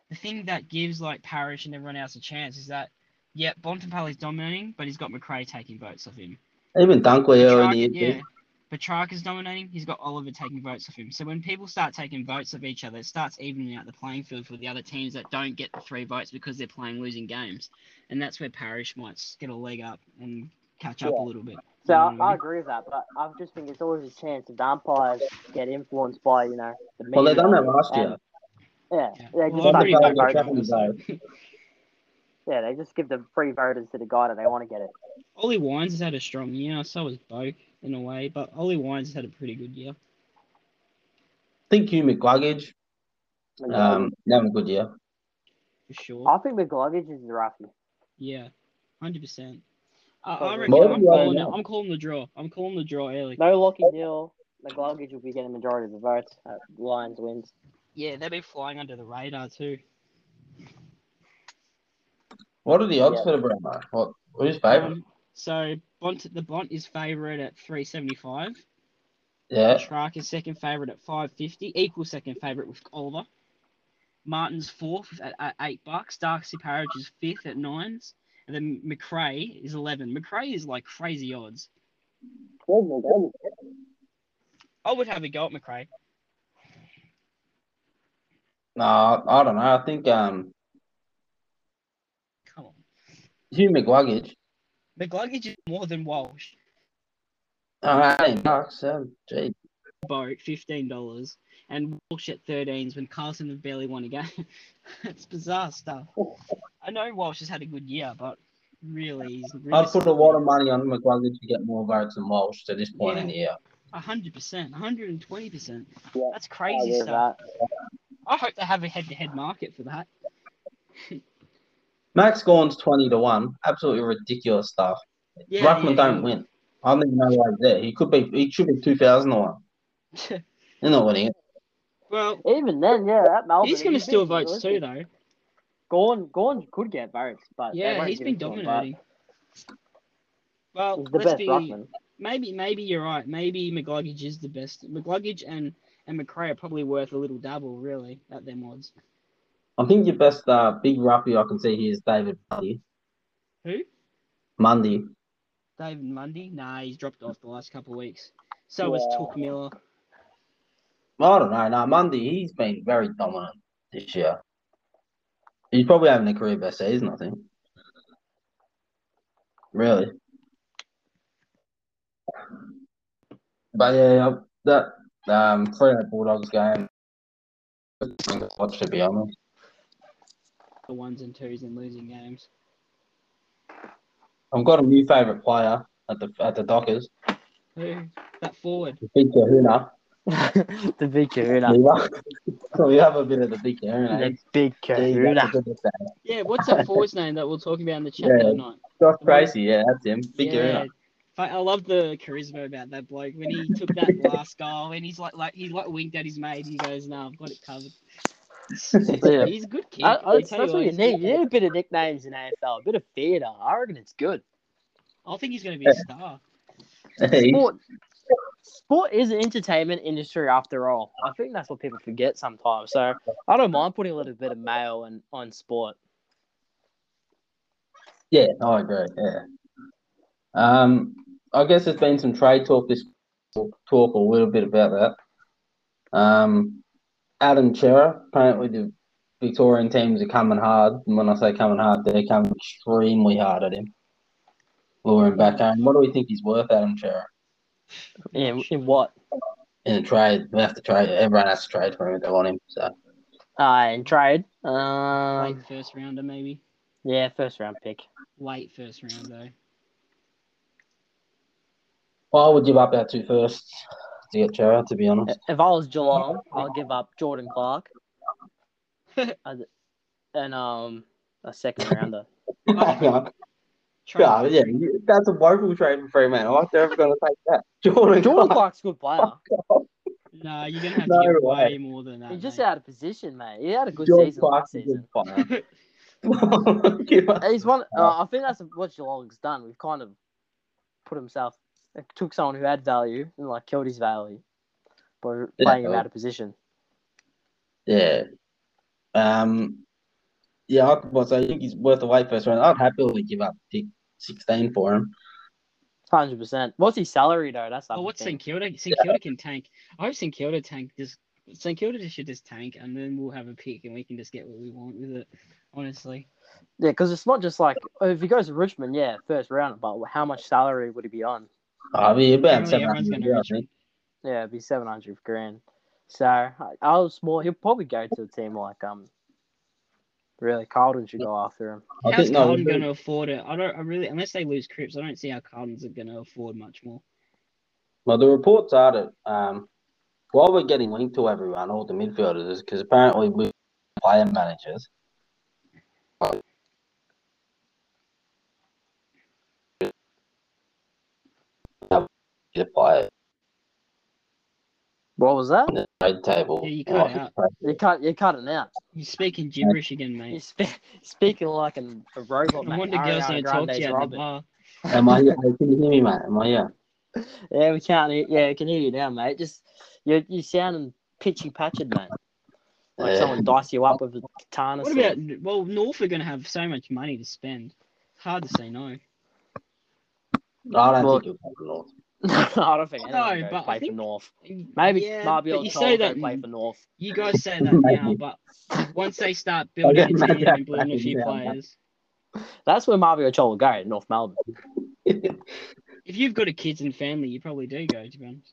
Speaker 3: The thing that gives like Parrish and everyone else a chance is that, yeah, Bontempelli's dominating, but he's got McRae taking votes off him.
Speaker 1: even Dunkley early in the year.
Speaker 3: Petrarch- yeah, Petrarca's dominating. He's got Oliver taking votes off him. So when people start taking votes of each other, it starts evening out the playing field for the other teams that don't get the three votes because they're playing losing games, and that's where Parrish might s- get a leg up and catch up
Speaker 4: Yeah.
Speaker 3: a little bit. Um,
Speaker 2: So
Speaker 3: You know
Speaker 2: I,
Speaker 3: what I
Speaker 2: I
Speaker 3: mean?
Speaker 2: agree with that, but I just think it's always a chance that the umpires get influenced by you know the media.
Speaker 1: Well, they done that last
Speaker 2: and-
Speaker 1: year.
Speaker 2: Yeah,
Speaker 3: Yeah.
Speaker 2: yeah,
Speaker 3: Well,
Speaker 2: just
Speaker 3: I'm
Speaker 2: like
Speaker 3: pretty
Speaker 1: Bontempelli
Speaker 2: vote
Speaker 1: got
Speaker 3: vocal,
Speaker 2: vote.
Speaker 1: votes. second
Speaker 3: honestly.
Speaker 2: yeah, they just give the free voters to the guy that they want to get it.
Speaker 3: Ollie Wines has had a strong year. So has Boak in a way, but Ollie Wines has had a pretty good year.
Speaker 1: I think Hugh McGluggage, um, having a good year.
Speaker 3: for sure.
Speaker 2: I think the luggage is the roughie.
Speaker 3: Yeah, hundred percent. I I
Speaker 2: Probably.
Speaker 3: reckon
Speaker 1: Well,
Speaker 3: I'm
Speaker 1: yeah,
Speaker 3: calling it.
Speaker 1: yeah.
Speaker 3: I'm calling the draw. I'm calling the draw early.
Speaker 2: No Lockie Neal. The luggage will be getting majority of the votes. Uh, Lions wins.
Speaker 3: Yeah, they've been flying under the radar too.
Speaker 1: What are the odds
Speaker 2: Yeah.
Speaker 1: for the Brownlow? What who's favourite?
Speaker 3: Um, so Bont, the Bont is favourite at 375.
Speaker 1: yeah,
Speaker 3: Petrarch is second favourite at 550. Equal second favourite with Oliver. Martin's fourth at, at eight bucks. Darcy Parrish is fifth at nines. And then McRae is 11. McRae is like crazy odds.
Speaker 4: Oh my God.
Speaker 3: I would have a go at McRae.
Speaker 1: no, I don't know. I think um,
Speaker 3: Come on.
Speaker 1: Hugh McGluggage.
Speaker 3: McGluggage is more than Walsh.
Speaker 1: Uh, eight bucks. Um, gee,
Speaker 3: Boat $15. And Walsh at 13s when Carlson have barely won a game. it's bizarre stuff. I know Walsh has had a good year, but really, he's really
Speaker 1: I'd put a lot of money on McGluggage to get more votes than Walsh at this point in the year.
Speaker 3: A hundred percent, a hundred and twenty percent.
Speaker 4: Yeah,
Speaker 3: That's
Speaker 2: I
Speaker 3: crazy
Speaker 2: agree with
Speaker 3: stuff.
Speaker 2: that.
Speaker 3: I hope they have a head-to-head market for that.
Speaker 1: Max Gorn's twenty to one. Absolutely ridiculous stuff.
Speaker 3: Yeah,
Speaker 1: Ruckman
Speaker 3: yeah,
Speaker 1: don't
Speaker 3: yeah.
Speaker 1: win. I don't even know why he's there. He could be. He should be two thousand to one. They're not winning it.
Speaker 3: well,
Speaker 2: Even then, yeah, at Melbourne.
Speaker 3: he's gonna steal votes too, though.
Speaker 2: Gorn, Gorn could get votes, but they
Speaker 3: Yeah,
Speaker 2: won't
Speaker 3: he's
Speaker 2: give
Speaker 3: been
Speaker 2: it to him, but
Speaker 3: dominating. Well,
Speaker 2: He's the
Speaker 3: let's
Speaker 2: best
Speaker 3: be
Speaker 2: ruckman.
Speaker 3: maybe maybe you're right. Maybe McGluggage is the best. McGluggage and and McRae are probably worth a little double, really, at their mods.
Speaker 1: I think your best uh, big roughie I can see here is David Mundy.
Speaker 3: Who?
Speaker 1: Mundy.
Speaker 3: David Mundy? Nah, he's dropped off the last couple of weeks. So was
Speaker 4: Yeah.
Speaker 3: Took Miller.
Speaker 1: I don't know. No, Mundy, he's been very dominant this year. He's probably having a career best season, I think. Really. But yeah, that um, Freo Bulldogs game, watch to be honest.
Speaker 3: The ones and twos and losing games.
Speaker 1: I've got a new favourite player at the at the Dockers.
Speaker 3: Who? That forward.
Speaker 1: Big Kahuna.
Speaker 2: the big kahuna.
Speaker 1: We love, we love a bit of the Big Kahuna.
Speaker 2: The big
Speaker 1: Gee,
Speaker 2: kahuna.
Speaker 1: that's a good name.
Speaker 3: Yeah, what's that forward's name that we are talking about in the chat
Speaker 1: Yeah.
Speaker 3: the other night?
Speaker 1: Josh Tracy, yeah, that's him. Big
Speaker 3: yeah.
Speaker 1: Kahuna.
Speaker 3: Fu- I love the charisma about that bloke when he took that last goal and he's like, like he like winked at his mate and he goes, "No, I've got it covered."
Speaker 2: Yeah.
Speaker 3: He's a good kid.
Speaker 2: I, I,
Speaker 3: I
Speaker 2: that's
Speaker 3: tell you
Speaker 2: that's what you
Speaker 3: he's-
Speaker 2: need. You need a bit of nicknames in AFL, a bit of theatre. I reckon it's good.
Speaker 3: I think he's going to be a star.
Speaker 1: Hey,
Speaker 2: Sport, sport is an entertainment industry after all. I think that's what people forget sometimes. So I don't mind putting a little bit of mail and on sport.
Speaker 1: yeah, I agree. Yeah. Um, I guess there's been some trade talk this we'll talk a little bit about that. Um, Adam Chera, apparently the Victorian teams are coming hard, and when I say coming hard, they're coming extremely hard at him. Luring back home. What do we think he's worth, Adam Chera?
Speaker 2: In, in what?
Speaker 1: In a trade, we have to trade. Everyone has to trade for him if they want him. So
Speaker 2: Uh, in trade.
Speaker 3: Late
Speaker 2: Um,
Speaker 3: first rounder, maybe.
Speaker 2: yeah, first round pick.
Speaker 3: Late first round though.
Speaker 1: I would give up our two firsts to get Chera, to be honest.
Speaker 2: If I was Geelong, I'll give up Jordan Clark. I'd- and um a second rounder.
Speaker 3: Trade
Speaker 1: Yeah, yeah, that's a woeful trade for Fremantle. I'm never going to take that. Jordan,
Speaker 2: Jordan
Speaker 1: Clark.
Speaker 2: Clark's a good player.
Speaker 3: No, you're going to have to
Speaker 1: No
Speaker 3: give
Speaker 1: way.
Speaker 3: way more than that.
Speaker 2: He's just
Speaker 3: mate.
Speaker 2: out of position, mate. He had a good
Speaker 1: Jordan
Speaker 2: season
Speaker 1: Clark's
Speaker 2: last season.
Speaker 1: a good player.
Speaker 2: He's one. Uh, I think that's what Geelong's done. We've kind of put himself, took someone who had value and like killed his value by playing him
Speaker 1: Yeah.
Speaker 2: out of position.
Speaker 1: yeah. Um, yeah, I, could- well, so I think he's worth the wait first round. I'd happily give up pick 16 for him.
Speaker 2: Hundred percent. What's his salary though? That's
Speaker 3: Oh,
Speaker 2: oh,
Speaker 3: what's St
Speaker 2: thing.
Speaker 3: Kilda? St Kilda can tank. I hope St Kilda tank. Just St Kilda just should just tank, and then we'll have a pick, and we can just get what we want with it. Honestly,
Speaker 2: Yeah, because it's not just like if he goes to Richmond, yeah, first round. But how much salary would he be on?
Speaker 1: I'll be Oh, about
Speaker 3: Apparently everyone's
Speaker 1: 700.
Speaker 3: going to
Speaker 1: I
Speaker 3: reach.
Speaker 1: think.
Speaker 2: Yeah, it'd be seven hundred grand. So I, I was more. He'll probably go to a team like um. Really, Carlton should go after him.
Speaker 1: I
Speaker 3: How's
Speaker 1: think no,
Speaker 3: Carlton going to afford it? I don't. I really, unless they lose Crips, I don't see how Carlton's are going to afford much more.
Speaker 1: well, the reports are that um, while we're getting linked to everyone, all the midfielders, because apparently we're player managers, the player
Speaker 2: What was that?
Speaker 1: the trade table.
Speaker 3: Yeah, you cut it out.
Speaker 2: You cut. You cut it out.
Speaker 3: You're speaking gibberish again,
Speaker 2: You're
Speaker 3: mate.
Speaker 2: spe- speaking like an, a robot.
Speaker 3: I
Speaker 2: mate.
Speaker 3: wonder girls
Speaker 2: Ariana
Speaker 3: don't talk to
Speaker 2: Grande's
Speaker 3: you at the
Speaker 2: Robin.
Speaker 3: bar.
Speaker 1: Am I? Can you hear me, mate? Am I? Yeah.
Speaker 2: Yeah, we can't. Hear, yeah, we can hear you now, mate. Just you, you sounding pitchy patched, mate. Like
Speaker 1: Yeah.
Speaker 2: someone diced you up with a katana.
Speaker 3: What
Speaker 2: sword.
Speaker 3: about? Well, North are going to have so much money to spend. It's hard to say no.
Speaker 1: I don't
Speaker 2: Well-
Speaker 1: think you'll come north.
Speaker 2: I don't think
Speaker 3: Oh, No,
Speaker 2: anyone no,
Speaker 3: but I
Speaker 2: play for
Speaker 3: think-
Speaker 2: North. Maybe
Speaker 3: Yeah,
Speaker 2: Marby
Speaker 3: but
Speaker 2: or
Speaker 3: you say
Speaker 2: Tom
Speaker 3: that.
Speaker 2: play for North.
Speaker 3: You guys say that now, but once they start building
Speaker 1: Okay,
Speaker 3: a team
Speaker 1: Matt,
Speaker 3: and building a few
Speaker 1: yeah.
Speaker 3: players,
Speaker 2: That's where Marby or Chol will go. North Melbourne.
Speaker 3: if you've got a kids and family, you probably do go to be honest.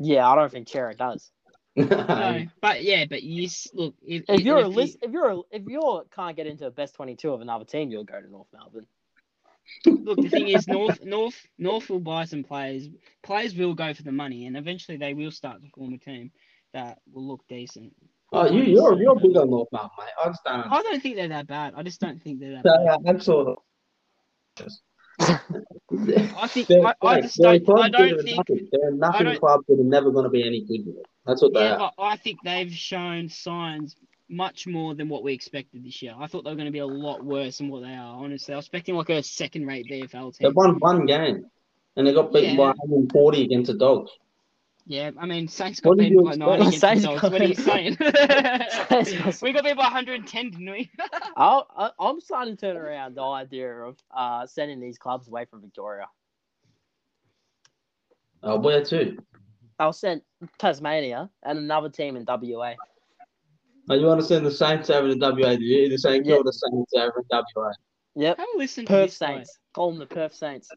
Speaker 2: Yeah, I don't think Chera does.
Speaker 1: Uh,
Speaker 3: No, but yeah, but you s- look if,
Speaker 2: If you're a
Speaker 3: you-
Speaker 2: list, if you're a, if you can't get into a best twenty-two of another team, you'll go to North Melbourne.
Speaker 3: Look, the thing is, North, North, North will buy some players. Players will go for the money, and eventually they will start to form a team that will look decent.
Speaker 1: Oh, you, you're you're big on North Mount, mate. I understand.
Speaker 3: I don't think they're that bad. I just don't think they're that
Speaker 1: No,
Speaker 3: bad.
Speaker 1: no, absolutely.
Speaker 3: I think
Speaker 1: They're-
Speaker 3: I, I
Speaker 1: they're-
Speaker 3: just
Speaker 1: they're a
Speaker 3: don't.
Speaker 1: club
Speaker 3: I
Speaker 1: that are
Speaker 3: don't think.
Speaker 1: nothing. They're a nothing
Speaker 3: don't-
Speaker 1: club that are never going to be any good. With. That's what they
Speaker 3: Yeah,
Speaker 1: are.
Speaker 3: but I think they've shown signs much more than what we expected this year. I thought they were going to be a lot worse than what they are. Honestly, I was expecting like a second-rate VFL
Speaker 1: They
Speaker 3: team.
Speaker 1: won one game, and they got beaten by
Speaker 3: Yeah.
Speaker 1: 140 against the Dogs.
Speaker 3: Yeah, I mean Saints
Speaker 1: What
Speaker 3: got
Speaker 1: did
Speaker 3: beaten
Speaker 1: you
Speaker 3: by nine against
Speaker 2: expect?
Speaker 3: the Dogs. What are you saying?
Speaker 2: Saints-
Speaker 3: we got beat by 110, didn't we?
Speaker 2: I'll, I, I'm starting to turn around the idea of uh, sending these clubs away from Victoria.
Speaker 1: Uh, Oh, where to?
Speaker 2: I'll send Tasmania and another team in WA.
Speaker 1: Oh, you want to send the Saints over to WA? Do you? The St
Speaker 2: Yeah.
Speaker 1: Kilda Saints over in WA.
Speaker 2: Yep.
Speaker 3: Have a listen to
Speaker 2: Perth
Speaker 3: this guy.
Speaker 2: Saints. Call them the Perth Saints.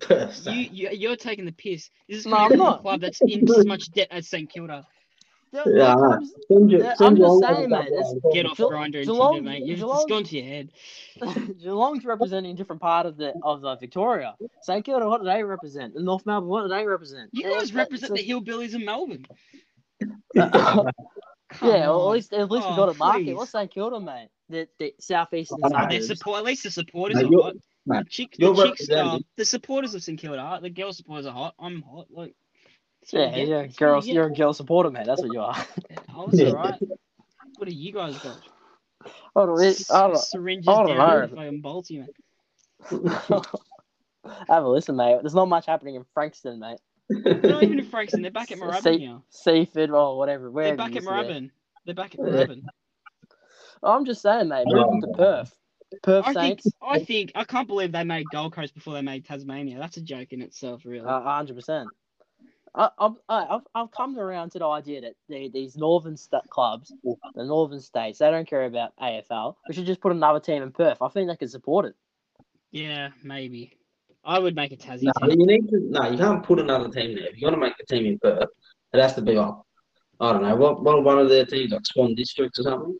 Speaker 1: Perth
Speaker 3: You,
Speaker 1: Saints.
Speaker 3: you, you're taking the piss. This is
Speaker 2: No,
Speaker 3: coming
Speaker 2: I'm
Speaker 3: from a
Speaker 2: not.
Speaker 3: club that's in as much debt as St Kilda.
Speaker 1: Yeah, I know. Send your-
Speaker 2: Yeah,
Speaker 1: send
Speaker 2: I'm
Speaker 1: your
Speaker 2: just
Speaker 1: own
Speaker 2: saying,
Speaker 1: over
Speaker 2: mate,
Speaker 1: to
Speaker 2: it's-
Speaker 1: WA.
Speaker 3: Get off
Speaker 2: Geelong-
Speaker 3: grinder and
Speaker 2: Geelong-
Speaker 3: Tinder, mate. You've, it's
Speaker 2: Geelong-
Speaker 3: gone to your head.
Speaker 2: Geelong's representing a different part of the of the Victoria. St Kilda, what do they represent? And North Melbourne, what do they represent?
Speaker 3: You guys represent the hillbillies of Melbourne.
Speaker 2: yeah,
Speaker 3: Come
Speaker 2: well, at
Speaker 3: on.
Speaker 2: least at least we
Speaker 3: Oh,
Speaker 2: got a market.
Speaker 3: please.
Speaker 2: What's St Kilda, mate? The, the southeastern
Speaker 1: Oh,
Speaker 3: Nah, their
Speaker 2: suburbs.
Speaker 3: support, at least the supporters
Speaker 1: Mate,
Speaker 3: are
Speaker 1: you're-
Speaker 3: hot.
Speaker 1: mate,
Speaker 3: the, chick,
Speaker 1: you're
Speaker 3: the, chicks,
Speaker 1: representing-
Speaker 3: um, the supporters of St Kilda are hot. The girl supporters are hot. I'm hot. Like, that's what
Speaker 2: Yeah,
Speaker 3: you get.
Speaker 2: you're a
Speaker 3: That's what you
Speaker 2: girl,
Speaker 3: get.
Speaker 2: you're a girl supporter, mate. That's what you are.
Speaker 3: I was
Speaker 1: Yeah.
Speaker 3: alright. What do you guys got?
Speaker 2: I don't really- I don't-
Speaker 3: Syringes
Speaker 2: I don't
Speaker 3: down
Speaker 2: know.
Speaker 3: in fucking Balti, man.
Speaker 2: Have a listen, mate. There's not much happening in Frankston, mate.
Speaker 3: They're not even in Frankston. They're back at
Speaker 2: See-
Speaker 3: Moorabbin now.
Speaker 2: Seaford or oh, whatever.
Speaker 3: They're
Speaker 2: wherever
Speaker 3: back
Speaker 2: you
Speaker 3: at
Speaker 2: see it.
Speaker 3: Moorabbin. They're back at
Speaker 1: Yeah.
Speaker 3: Moorabbin.
Speaker 2: Oh, I'm just saying, mate.
Speaker 1: Yeah.
Speaker 2: Move them to Perth. Perth
Speaker 3: I think.
Speaker 2: Saints.
Speaker 3: I think. I can't believe they made Gold Coast before they made Tasmania. That's a joke in itself, really.
Speaker 2: Uh, 100%. I, I've, I've, I've come around to the idea that the, these northern st- clubs, the northern states, they don't care about AFL. We should just put another team in Perth. I think they could support it.
Speaker 3: yeah, maybe. I would make a Tassie
Speaker 1: No,
Speaker 3: team.
Speaker 1: you need to. No, you can't put another team there. If you want to make a team in Perth, it has to be like I don't know. What, what one of their teams like Swan Districts or something?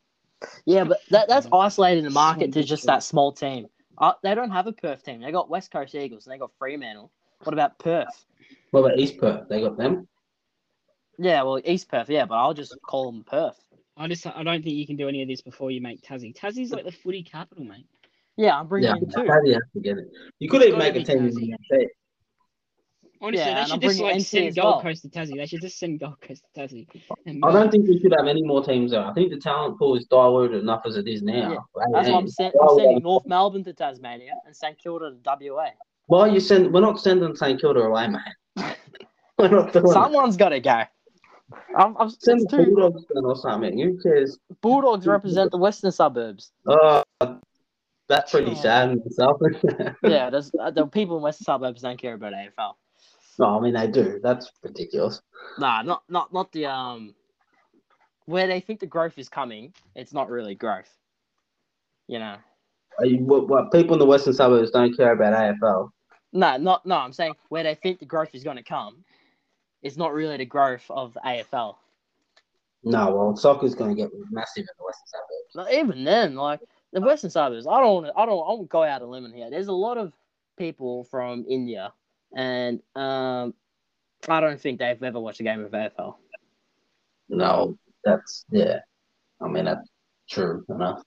Speaker 2: Yeah, but that, that's isolating the market to
Speaker 3: Swansea
Speaker 2: just
Speaker 3: City.
Speaker 2: that small team. Uh, they don't have a Perth team. They got West Coast Eagles and they got Fremantle. What about Perth?
Speaker 1: What about East Perth? They got them.
Speaker 2: Yeah, well, East Perth, yeah, but I'll just call them Perth.
Speaker 3: I just. I don't think you can do any of this before you make Tassie. Tassie's like the footy capital, mate.
Speaker 2: Yeah, I'm bringing
Speaker 1: Yeah,
Speaker 2: in two.
Speaker 1: Tassie has to get it. You could even
Speaker 3: Gotta
Speaker 1: make a
Speaker 3: be
Speaker 1: team in
Speaker 3: Tassie.
Speaker 1: the
Speaker 2: Yeah,
Speaker 3: Honestly, they
Speaker 2: and I'm
Speaker 3: should just
Speaker 2: bringing
Speaker 3: like
Speaker 2: NT
Speaker 3: send
Speaker 2: as
Speaker 3: Gold
Speaker 2: well.
Speaker 3: Coast to Tassie. They should just send Gold Coast to Tassie. And
Speaker 1: I don't think we should have any more teams there. I think the talent pool is diluted enough as it is
Speaker 2: Yeah,
Speaker 1: now.
Speaker 2: That's why I'm, sen- I'm
Speaker 1: uh,
Speaker 2: sending North Melbourne to Tasmania and St Kilda to WA.
Speaker 1: Why you send? We're not sending St Kilda away, mate. we're not doing. it.
Speaker 2: Someone's got to go. I'm, I'm
Speaker 1: Send
Speaker 2: it's
Speaker 1: the
Speaker 2: two
Speaker 1: Bulldogs down or something. Who cares?
Speaker 2: Bulldogs represent the western suburbs.
Speaker 1: Oh, that's pretty
Speaker 3: Oh.
Speaker 1: sad in itself.
Speaker 2: Yeah, there's uh, the people in western suburbs don't care about AFL.
Speaker 1: no, I mean they do. That's ridiculous.
Speaker 2: Nah, not not not the um where they think the growth is coming. It's not really growth. You know.
Speaker 1: Are you, what, what, people in the western suburbs don't care about AFL.
Speaker 2: No, not no. I'm saying where they think the growth is going to come, it's not really the growth of AFL.
Speaker 1: No, well, soccer's going to get massive in the western suburbs.
Speaker 2: Not even then, like the Western suburbs, I don't, wanna- I don't, I won't go out on a limb here. There's a lot of people from India, and um, I don't think they've ever watched a game of AFL.
Speaker 1: No, that's yeah. I mean that's true enough.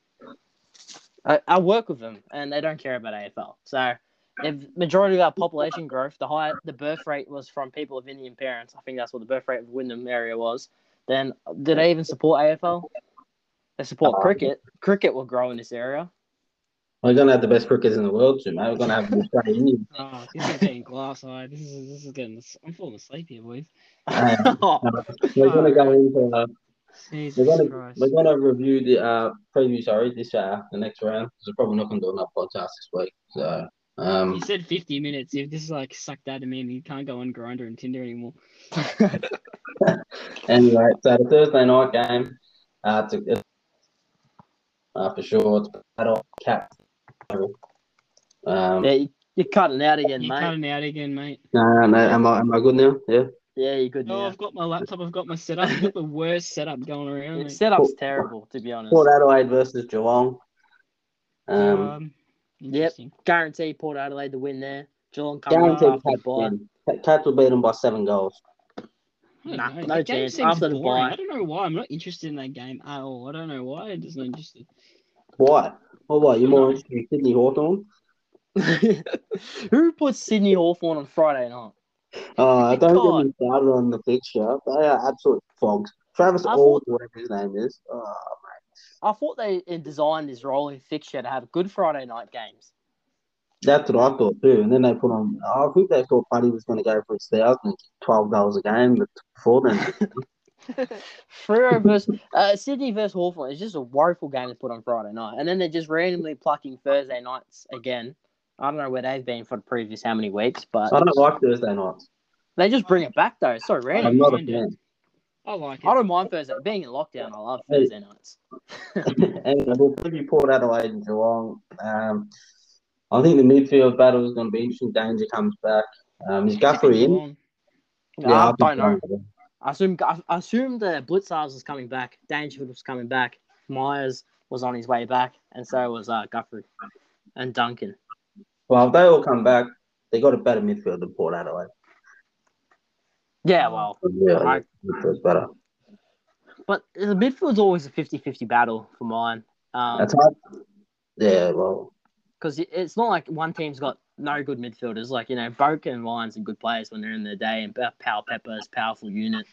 Speaker 2: I, I work with them, and they don't care about AFL. So, if majority of our population growth, the high, the birth rate was from people of Indian parents. I think that's what the birth rate of Wyndham area was. Then, do they even support AFL? They support
Speaker 1: Uh,
Speaker 2: cricket. Cricket will grow in this area.
Speaker 1: We're going to have the best cricketers in the world, Jim. mate. We're going to have the Australian.
Speaker 3: Oh, this is getting glass eyed. This is this is getting. I'm falling asleep here, boys.
Speaker 1: Um, we're going to go into. Uh,
Speaker 3: Jesus
Speaker 1: we're going to
Speaker 3: Christ.
Speaker 1: we're going to review the uh, preview. Sorry, this uh, the next round. 'cause We're probably not going to do another podcast this week. So
Speaker 3: You
Speaker 1: um,
Speaker 3: said 50 minutes. If this is like sucked out of me, and you can't go on Grinder and Tinder anymore.
Speaker 1: anyway, so the Thursday night game. Uh, it's, it's, uh for sure. It's battle Um, cap. Um,
Speaker 2: yeah, you, you're cutting out again,
Speaker 3: You're
Speaker 2: mate.
Speaker 3: cutting out again, mate.
Speaker 1: No, no, am I am I good now? Yeah.
Speaker 2: Yeah, you're good
Speaker 3: No,
Speaker 2: now.
Speaker 3: I've got my laptop. I've got my setup. I've got the worst setup going around.
Speaker 2: Yeah,
Speaker 3: mate.
Speaker 2: setup's terrible, to be honest.
Speaker 1: Port Adelaide versus Geelong. Um,
Speaker 2: Uh,
Speaker 3: Um,
Speaker 2: yep.
Speaker 3: interesting.
Speaker 2: Guarantee Port Adelaide to win there. Geelong coming up
Speaker 1: guaranteed
Speaker 2: after
Speaker 1: Cats
Speaker 2: the bye.
Speaker 1: win. Cats will beat them by seven goals.
Speaker 3: I don't
Speaker 2: Nah,
Speaker 3: know.
Speaker 2: no
Speaker 3: That game
Speaker 2: chance.
Speaker 3: seems
Speaker 2: After the
Speaker 3: boring.
Speaker 2: bye.
Speaker 3: I don't know why. I'm not interested in that game at all. I don't know why. I'm just not interested.
Speaker 1: Why? Well, what? You're
Speaker 3: No.
Speaker 1: more interested in Sydney Hawthorn?
Speaker 2: Who puts Sydney Hawthorn on Friday night?
Speaker 1: Uh, don't
Speaker 2: God.
Speaker 1: get me started on the picture. They are absolute fogs. Travis
Speaker 2: I
Speaker 1: Ord,
Speaker 2: thought-
Speaker 1: whatever his name is. Uh,
Speaker 2: I thought they designed this rolling fixture to have good Friday night games.
Speaker 1: that's what I thought too. And then they put on. oh, I think they thought Buddy was going to go for his thousand, and kick twelve goals a game. But before then,
Speaker 2: Freo versus uh, Sydney versus Hawthorn is just a woeful game to put on Friday night, and then they're just randomly plucking Thursday nights again. I don't know where they've been for the previous how many weeks, but
Speaker 1: I don't like Thursday nights.
Speaker 2: They just bring it back though. It's so random.
Speaker 1: I'm not a fan.
Speaker 3: I like
Speaker 1: Um,
Speaker 2: I
Speaker 3: it.
Speaker 2: don't mind Thursday. Being in lockdown, I love Thursday nights.
Speaker 1: and we'll preview Port Adelaide and Geelong. Um, I think the midfield battle is going to be interesting. Danger comes back. Um, is Guthrie in?
Speaker 3: Geelong.
Speaker 2: No, Ah, I
Speaker 1: think
Speaker 2: don't know.
Speaker 1: he's in.
Speaker 2: I assume I I assume the Blitzars was coming back. Dangerfield was coming back. Myers was on his way back, and so was uh, Guthrie and Duncan.
Speaker 1: Well, if they all come back, they got a better midfield than Port Adelaide.
Speaker 2: Yeah, well,
Speaker 1: Yeah,
Speaker 2: I-
Speaker 1: midfield's better.
Speaker 2: but the midfield's always a 50-50 battle for mine. Um
Speaker 1: That's hard. Yeah, well,
Speaker 2: because it's not like one team's got no good midfielders. Like you know, Boak and Lyons are good players when they're in their day, and Pe- Powell Pepper is a powerful unit.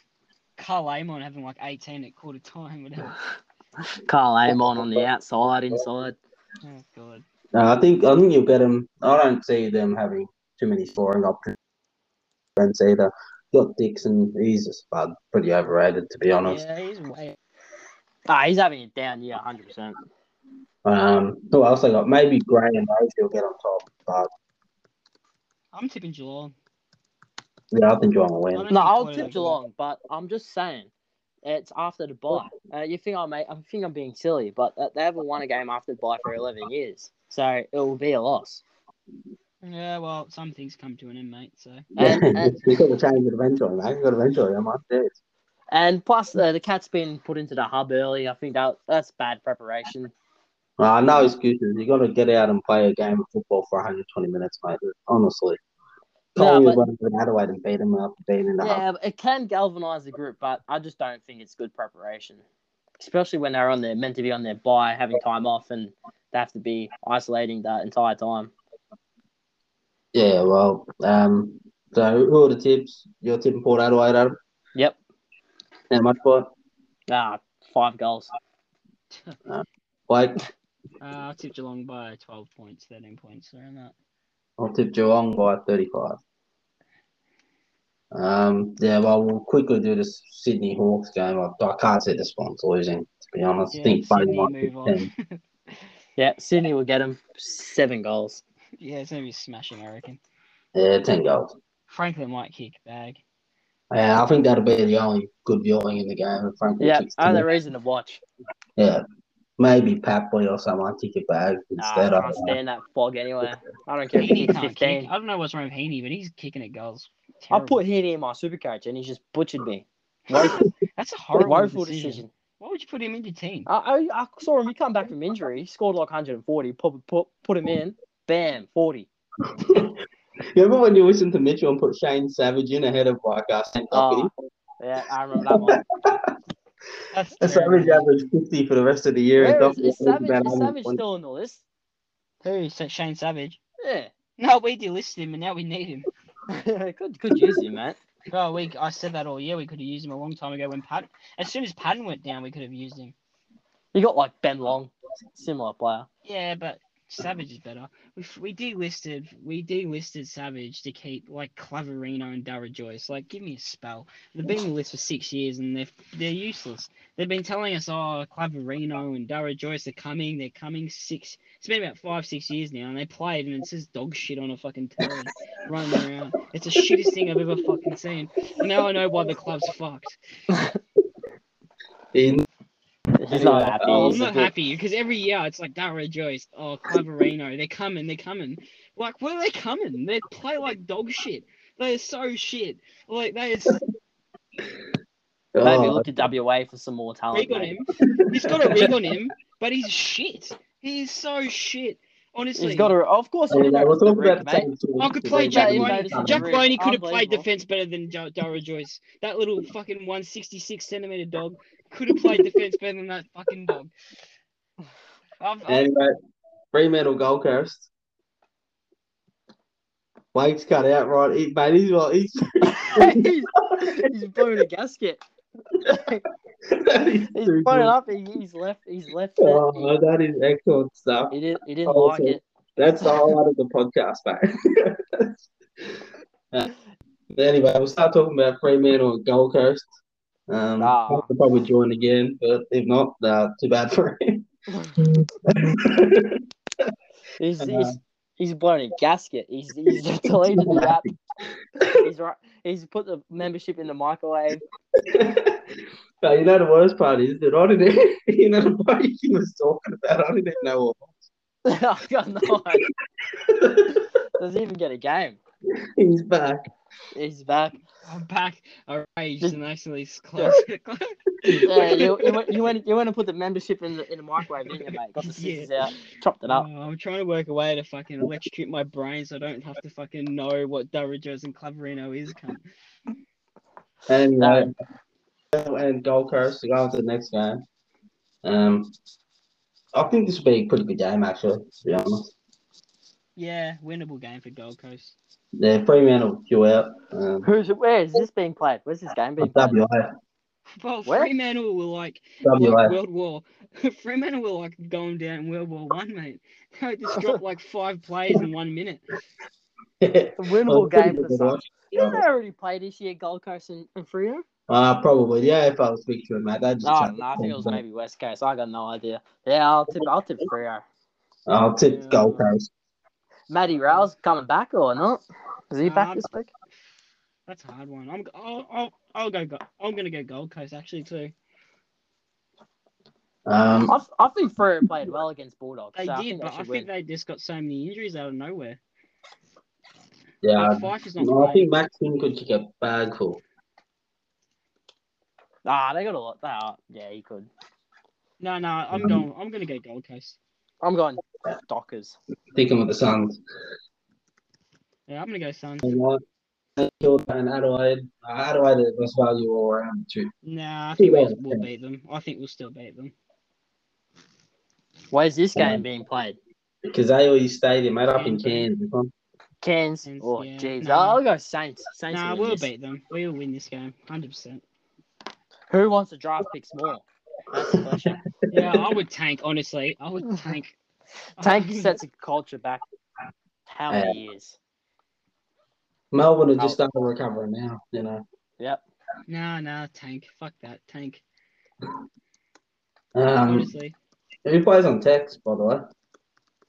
Speaker 3: Carl Amon having like 18 at quarter time. Whatever.
Speaker 2: Carl Amon on the outside, inside.
Speaker 3: Oh god.
Speaker 1: no, I think I think you'll get them. I don't see them having too many scoring options either. Got Dixon, he's a spud, pretty overrated to be honest.
Speaker 3: Yeah, he's way.
Speaker 2: Ah, he's having it down. Yeah, hundred percent.
Speaker 1: Um, who else they got? Maybe Gray and Rose will get on top, but
Speaker 3: I'm tipping Geelong.
Speaker 1: yeah, I think Geelong will win.
Speaker 2: No,
Speaker 3: think
Speaker 2: I'll
Speaker 3: Toyota
Speaker 2: tip
Speaker 3: will.
Speaker 2: Geelong, but I'm just saying it's after the bye. Uh, you think I may? I think I'm being silly, but uh, they haven't won a game after the bye for 11 years, so it will be a loss.
Speaker 3: Yeah, well, some things come to an end, mate. So
Speaker 1: Yeah,
Speaker 2: And, and,
Speaker 1: you've got to change it eventually, mate. You've got to eventually. I might do it.
Speaker 2: and plus, uh, the cat's been put into the hub early. I think that that's bad preparation.
Speaker 1: Uh, no excuses. You got to get out and play a game of football for 120 minutes, mate. Honestly,
Speaker 2: No,
Speaker 1: Collingwood
Speaker 2: but-
Speaker 1: went to Adelaide and beat them up, beating the hub.
Speaker 2: Yeah, it can galvanise the group, but I just don't think it's good preparation, especially when they're on their meant to be on their bye, having time off, and they have to be isolating that entire time.
Speaker 1: Yeah, well, um, so who are the tips? You're tipping Port Adelaide, Adam.
Speaker 2: Yep.
Speaker 1: How much, Blake?
Speaker 2: Ah, five goals.
Speaker 1: Blake,
Speaker 3: uh, I'll tip Geelong by 12 points, 13 points, around that.
Speaker 1: I'll tip Geelong by 35. Um, yeah, well, we'll quickly do this Sydney Hawks game. I, I can't see the Swans losing, to be honest.
Speaker 3: Yeah,
Speaker 1: I think Buddy
Speaker 3: Sydney
Speaker 1: might
Speaker 3: move
Speaker 1: pick
Speaker 3: on.
Speaker 1: them.
Speaker 2: Yeah, Sydney will get him seven goals.
Speaker 3: yeah, it's gonna be smashing, I reckon.
Speaker 1: Yeah, 10 goals.
Speaker 3: Franklin might kick bag.
Speaker 1: Yeah, I think that'll be the only good viewing in the game. if Franklin
Speaker 2: Yeah,
Speaker 1: kicks the
Speaker 2: only
Speaker 1: ball.
Speaker 2: reason to watch.
Speaker 1: yeah. Maybe Papley or someone kick it back
Speaker 2: Nah,
Speaker 1: instead
Speaker 2: I
Speaker 1: of.
Speaker 2: can't stand that fog anyway. I don't care if he
Speaker 3: Heaney
Speaker 2: kicks
Speaker 3: can't kick.
Speaker 2: 15.
Speaker 3: I don't know what's wrong with Heaney, but he's kicking at goals.
Speaker 2: I
Speaker 3: Terrible.
Speaker 2: put Heaney in my super coach and he just butchered me.
Speaker 3: That's a horrible,
Speaker 2: Woeful
Speaker 3: decision.
Speaker 2: decision.
Speaker 3: Why would you put him in your team?
Speaker 2: I, I, I saw him, he come back from injury, he scored like 140, put, put, put him in, bam, 40.
Speaker 1: You remember when you listened to Mitchell and put Shane Savage in ahead of like uh, us and
Speaker 2: Oh, yeah, I remember that one.
Speaker 3: That's
Speaker 1: Savage
Speaker 3: terrible.
Speaker 1: averaged 50 for the rest of the year. and
Speaker 2: Where is,
Speaker 1: Doherty
Speaker 2: is Savage,
Speaker 1: averaged
Speaker 2: is
Speaker 1: about
Speaker 2: Savage
Speaker 1: 120.
Speaker 2: still in the list?
Speaker 3: Who? So Shane Savage.
Speaker 2: Yeah,
Speaker 3: No, we delisted him, and now we need him.
Speaker 2: could, could use him, man.
Speaker 3: Oh, we. I said that all year. We could have used him a long time ago when Pat. As soon as Patton went down, we could have used him.
Speaker 2: You got like Ben Long, similar player.
Speaker 3: Yeah, but Savage is better. We f- we delisted we delisted Savage to keep like Claverino and Dara Joyce. Like, give me a spell. They've been on the list for six years and they're they're useless. They've been telling us, oh, Claverino and Dara Joyce are coming. They're coming. Six. It's been about five six years now, and they played, and it says dog shit on a fucking telly running around. It's the shittest thing I've ever fucking seen. And now I know why the club's fucked.
Speaker 1: In-
Speaker 2: He's not happy.
Speaker 1: Oh,
Speaker 2: he's
Speaker 3: I'm
Speaker 2: a
Speaker 3: not
Speaker 2: bit-
Speaker 3: happy because every year it's like Dara Joyce, oh Claverino, they're coming, they're coming. Like, where are they coming? They play like dog shit. They are so shit. Like they is
Speaker 2: Maybe
Speaker 1: Oh,
Speaker 2: look at WA for some more talent.
Speaker 3: rig on
Speaker 2: Oh, mate.
Speaker 3: him. He's got a rig on him, but he's shit. He's so shit. Honestly,
Speaker 2: He's got a. Of course,
Speaker 1: I mean,
Speaker 2: he
Speaker 1: like, we'll
Speaker 2: knows the
Speaker 1: talk about
Speaker 2: rig,
Speaker 1: the
Speaker 2: mate.
Speaker 1: same tools
Speaker 3: I could
Speaker 1: that
Speaker 3: play
Speaker 1: they
Speaker 3: Jack
Speaker 1: use.
Speaker 2: Yeah,
Speaker 3: Loney.
Speaker 2: noticed
Speaker 3: Jack
Speaker 2: the rig.
Speaker 3: Loney could have played
Speaker 2: Unbelievable.
Speaker 3: defense better than Ja- Dara Joyce. That little fucking 166 centimeter dog could have played defense better than that fucking dog. I've, I've,
Speaker 1: Anyway, Fremantle Gold Coast. Blake's cut out right. He, mate, he's like, he's,
Speaker 2: he's, he's blown a gasket.
Speaker 1: he's
Speaker 2: He's
Speaker 1: too
Speaker 2: blown it
Speaker 1: good.
Speaker 2: up. He, he's left. He's left it.
Speaker 1: Oh, that is excellent stuff.
Speaker 2: He, did, he didn't
Speaker 1: Oh,
Speaker 2: like
Speaker 1: so-
Speaker 2: it.
Speaker 1: That's the highlight of the podcast, mate. anyway, we'll start talking about Fremantle and Gold Coast. Um,
Speaker 2: Nah.
Speaker 1: I'll probably join again, but if not, uh, too bad for him.
Speaker 2: He's,
Speaker 1: Uh,
Speaker 2: he's, he's blown a gasket. He's, he's deleted the app. He's right. He's put the membership in the microwave.
Speaker 1: but you know the worst part is that I didn't. You know the bloke he was talking about. I didn't know what.
Speaker 2: I got no idea. Doesn't even get a game.
Speaker 1: He's back.
Speaker 2: He's back.
Speaker 3: I'm back. All right, you just nicely close.
Speaker 2: Yeah, you, you, went, you, went, you went and put the membership in the, in the microwave, didn't you, mate? Got the scissors
Speaker 3: Yeah.
Speaker 2: out, chopped it up.
Speaker 3: Oh, I'm trying to work a way to fucking electrocute my brain so I don't have to fucking know what Durragos and Claverino is. Cunt.
Speaker 1: And uh, and Gold Coast to go on to the next game. Um, I think this will be a pretty good game actually. To be honest,
Speaker 3: Yeah, winnable game for Gold Coast.
Speaker 1: the Fremantle will queue out. Um,
Speaker 2: Who's where is this being played? Where's this game being played?
Speaker 1: WA,
Speaker 3: Well,
Speaker 2: Where?
Speaker 3: Fremantle were like
Speaker 1: WA.
Speaker 3: like World War. Fremantle were like going down in World War One, mate. They just dropped like five plays in one minute.
Speaker 2: A winnable game for some. Didn't they
Speaker 1: Yeah.
Speaker 2: already play this year, Gold Coast and, and Freo?
Speaker 1: Uh, probably the AFL speak to him, mate. They just
Speaker 2: Oh,
Speaker 1: chuck
Speaker 2: no, I think it
Speaker 1: it
Speaker 2: was maybe West Coast. I got no idea. Yeah, I'll tip. I'll tip Freo.
Speaker 1: I'll tip Gold Coast.
Speaker 2: Matty Rails coming back or not? Is he
Speaker 3: Nah,
Speaker 2: back this week?
Speaker 3: That's a hard one. I'm I'll I'll, I'll go, go I'm gonna go Gold Coast actually too.
Speaker 1: Um,
Speaker 2: I, I think Freo played well against Bulldogs.
Speaker 3: They
Speaker 2: so I think
Speaker 3: did,
Speaker 2: they
Speaker 3: but I
Speaker 2: should win.
Speaker 3: think they just got so many injuries out of nowhere.
Speaker 1: yeah,
Speaker 2: Uh,
Speaker 3: Like, Fife is not
Speaker 1: no, I
Speaker 3: playing.
Speaker 1: think Maxim could kick a bag full.
Speaker 2: Ah, they got a lot. They are. Yeah, he could.
Speaker 3: No, no, I'm
Speaker 1: Mhm.
Speaker 3: going. I'm gonna go Gold Coast.
Speaker 2: I'm going Dockers.
Speaker 1: Sticking with the Suns.
Speaker 3: Yeah, I'm gonna go Suns.
Speaker 1: And, uh, they killed and Adelaide. Uh, Adelaide are the best value all around too.
Speaker 3: Nah, I
Speaker 1: He
Speaker 3: think we'll,
Speaker 1: won't,
Speaker 3: we'll
Speaker 1: yeah.
Speaker 3: beat them. I think we'll still beat them.
Speaker 2: Where's this
Speaker 1: Yeah.
Speaker 2: game being played?
Speaker 1: Because AOE Stadium, mate, up in Cairns. this one.
Speaker 2: Cairns.
Speaker 3: Cairns,
Speaker 2: Oh,
Speaker 3: yeah.
Speaker 2: jeez.
Speaker 3: Nah.
Speaker 2: I'll go Saints. Saints. will
Speaker 3: Nah,
Speaker 2: win
Speaker 3: we'll
Speaker 2: this.
Speaker 3: beat them. We'll win this game, hundred percent.
Speaker 2: Who wants to draft picks more? That's the question.
Speaker 3: Yeah, I would tank. Honestly, I would tank. Oh,
Speaker 2: Tank sets a culture back how many years?
Speaker 1: Melbourne are
Speaker 2: Oh.
Speaker 1: just starting recovering now, you know.
Speaker 3: Nah, nah, tank. Fuck that, tank.
Speaker 1: Um,
Speaker 3: Honestly,
Speaker 1: who plays on Tex, by the way?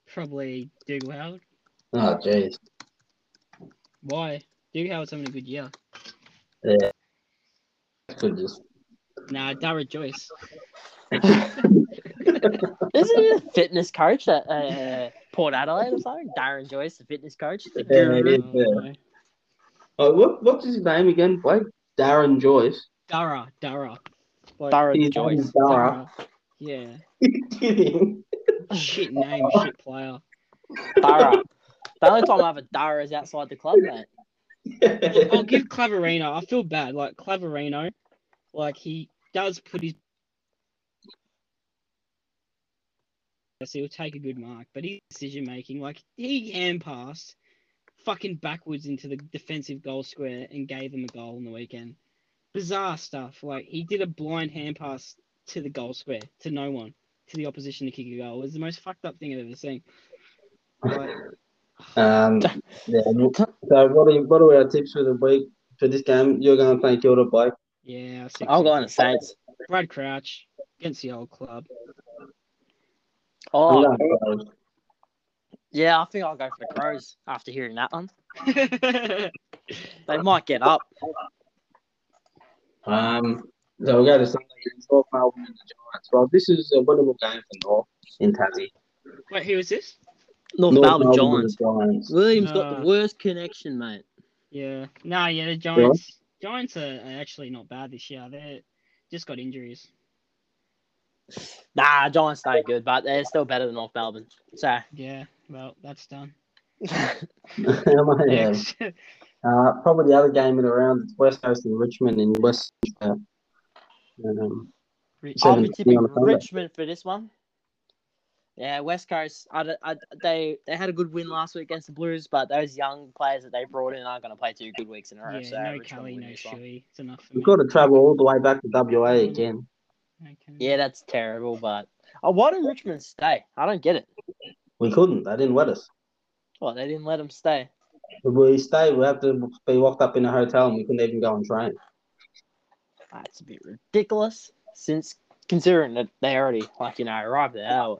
Speaker 3: probably Dougal Howard.
Speaker 1: Oh, jeez.
Speaker 3: Why? Dougal Howard's having a good year.
Speaker 1: Could just.
Speaker 3: Nah, Dara Joyce.
Speaker 2: Isn't he a fitness coach at uh, Port Adelaide or something? Darren Joyce, the fitness coach. The
Speaker 1: Yeah, it
Speaker 2: guru.
Speaker 1: is, yeah. Oh, what, what's his name again, Blake? Darren Joyce.
Speaker 3: Dara, Dara. Like,
Speaker 2: Darren
Speaker 1: His name
Speaker 2: Joyce.
Speaker 1: is Dara.
Speaker 3: Yeah.
Speaker 1: Kidding.
Speaker 3: Shit name, shit player.
Speaker 2: Dara. The only time I have a Dara is outside the club, mate.
Speaker 3: Look, I'll give Claverino. I feel bad. Like Claverino, like he does put his. Yes, He'll take a good mark, but his decision making, like he hand passed, fucking backwards into the defensive goal square and gave them a goal on the weekend. Bizarre stuff. Like he did a blind hand pass to the goal square to no one, to the opposition to kick a goal. It was the most fucked up thing I've ever seen. Like,
Speaker 1: Um, yeah. So, what are, what are our tips for the week for this game? You're going to play Kilda, Blake.
Speaker 3: yeah, I see.
Speaker 2: I'm going to Saints.
Speaker 3: Brad Crouch against the old club.
Speaker 1: I'm
Speaker 2: Oh,
Speaker 1: going to Crows.
Speaker 2: yeah, I think I'll go for the Crows after hearing that one. They might get up.
Speaker 1: Um, so we'll go to Sunday games. North Melbourne and the Giants. Well, this is a winnable game for North in Tassie.
Speaker 3: Wait, who is this?
Speaker 2: North, Melbourne Giants.
Speaker 1: and the Giants.
Speaker 2: Williams got
Speaker 3: Nah.
Speaker 2: the worst connection, mate.
Speaker 3: Yeah. Nah, yeah, the Giants. Giants are, are actually not bad this year. They just got injuries.
Speaker 2: Nah, Giants no good, but they're still better than North Melbourne. So
Speaker 3: Yeah. Well, that's done.
Speaker 1: Yeah.
Speaker 3: Next.
Speaker 1: Uh, probably the other game in the round is West Coast and Richmond in West. Uh, um,
Speaker 3: Rich-
Speaker 1: So-
Speaker 2: I'll be
Speaker 1: Seven,
Speaker 2: tipping
Speaker 1: on the Sunday.
Speaker 2: Richmond for this one. Yeah, West Coast. I, don't- I, they they had a good win last week against the Blues, but those young players that they brought in aren't going to play two good weeks in a row.
Speaker 3: yeah,
Speaker 2: so
Speaker 3: no
Speaker 2: Richmond
Speaker 3: Kelly,
Speaker 2: will
Speaker 3: no
Speaker 2: win this one.
Speaker 3: Shuey. It's enough for me.
Speaker 1: we've got to travel all the way back to WA again.
Speaker 3: Okay.
Speaker 2: Yeah, that's terrible. But oh, why did Richmond stay? I don't get it.
Speaker 1: We couldn't. They didn't let us.
Speaker 2: Well, they didn't let them stay.
Speaker 1: If we stayed, we have to be locked up in a hotel, and we couldn't even go on train.
Speaker 2: That's a bit ridiculous. Since considering that they already like you know arrived at our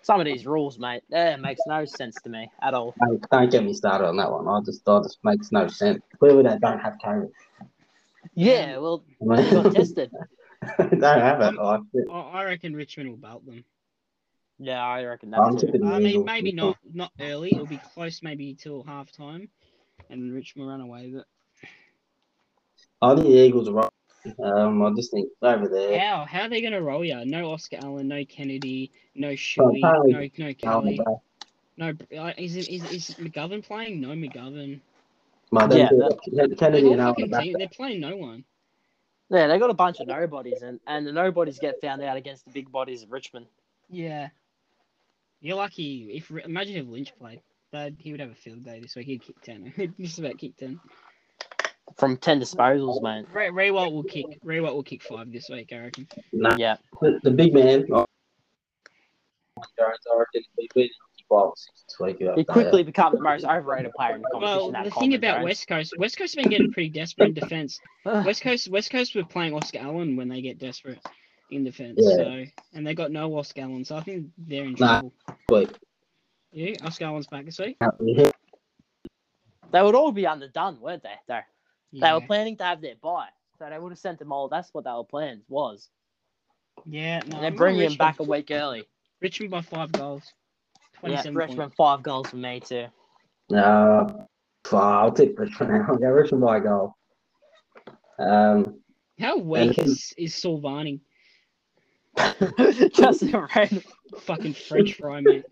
Speaker 2: Some of these rules, mate, eh, it makes no sense to me at all.
Speaker 1: Don't, don't get me started on that one. I just thought this makes no sense. Clearly, they don't have COVID.
Speaker 2: Yeah, well,
Speaker 1: I
Speaker 2: you got
Speaker 1: mean,
Speaker 2: tested.
Speaker 1: don't have it. Like,
Speaker 3: I, I reckon Richmond will belt them.
Speaker 2: Yeah, I reckon
Speaker 1: I'm
Speaker 2: that's it.
Speaker 1: tipping the
Speaker 3: I mean,
Speaker 1: Eagles.
Speaker 3: maybe not not early. It'll be close, maybe till half time, and Richmond will run away. But
Speaker 1: I think the Eagles are right. Um, I just think over there.
Speaker 3: how how are they gonna roll you? No Oscar Allen, no Kennedy, no
Speaker 1: Well,
Speaker 3: Shuey,
Speaker 1: apparently-
Speaker 3: no no
Speaker 1: Well,
Speaker 3: Kelly, no. uh, Is it- is is McGovern playing? No McGovern.
Speaker 1: then
Speaker 2: Yeah,
Speaker 3: They're,
Speaker 1: Kennedy and Allen
Speaker 3: all
Speaker 1: are
Speaker 3: fucking
Speaker 1: back
Speaker 3: team. they're playing no one.
Speaker 2: Yeah, they got a bunch of nobodies, and, and the nobodies get found out against the big bodies of Richmond.
Speaker 3: Yeah. You're lucky. If imagine if Lynch played, that he would have a field day this week. He'd kick ten. He'd just about kick ten.
Speaker 2: From 10 disposals, mate.
Speaker 3: Ray, Ray Watt will kick. Ray Watt will kick five this week. I reckon.
Speaker 1: No,
Speaker 2: Yeah.
Speaker 1: the, the big man. oh, Jones, I reckon he's been five or six this week.
Speaker 2: He quickly becomes the most overrated player in the competition.
Speaker 3: Well,
Speaker 2: that
Speaker 3: the thing
Speaker 2: Coleman
Speaker 3: about
Speaker 2: Jones.
Speaker 3: West Coast, West Coast have been getting pretty desperate in defence.
Speaker 2: Ugh.
Speaker 3: West Coast, West Coast were playing Oscar Allen when they get desperate in defence.
Speaker 1: Yeah.
Speaker 3: So, and they got no Oscar Allen, so I think they're in
Speaker 1: Nah.
Speaker 3: trouble.
Speaker 1: Wait,
Speaker 3: Yeah, Oscar Allen's back this
Speaker 1: uh,
Speaker 3: week.
Speaker 2: They would all be underdone, weren't they? Though
Speaker 3: Yeah.
Speaker 2: They were planning to have their buy, so they would have sent them all. That's what they were planned was.
Speaker 3: Yeah, no,
Speaker 2: And
Speaker 3: I'm
Speaker 2: they're
Speaker 3: going
Speaker 2: bringing him
Speaker 3: Richmond.
Speaker 2: back a week early.
Speaker 3: Richmond by five goals.
Speaker 2: Yeah,
Speaker 3: Twenty-seven points.
Speaker 2: Richmond five goals for me too.
Speaker 1: Uh, so I'll take Richmond now. I'll go Richmond by a goal. Um,
Speaker 3: How weak
Speaker 1: And-
Speaker 3: is, is Silvani?
Speaker 2: just a random,
Speaker 3: Fucking French fry, mate.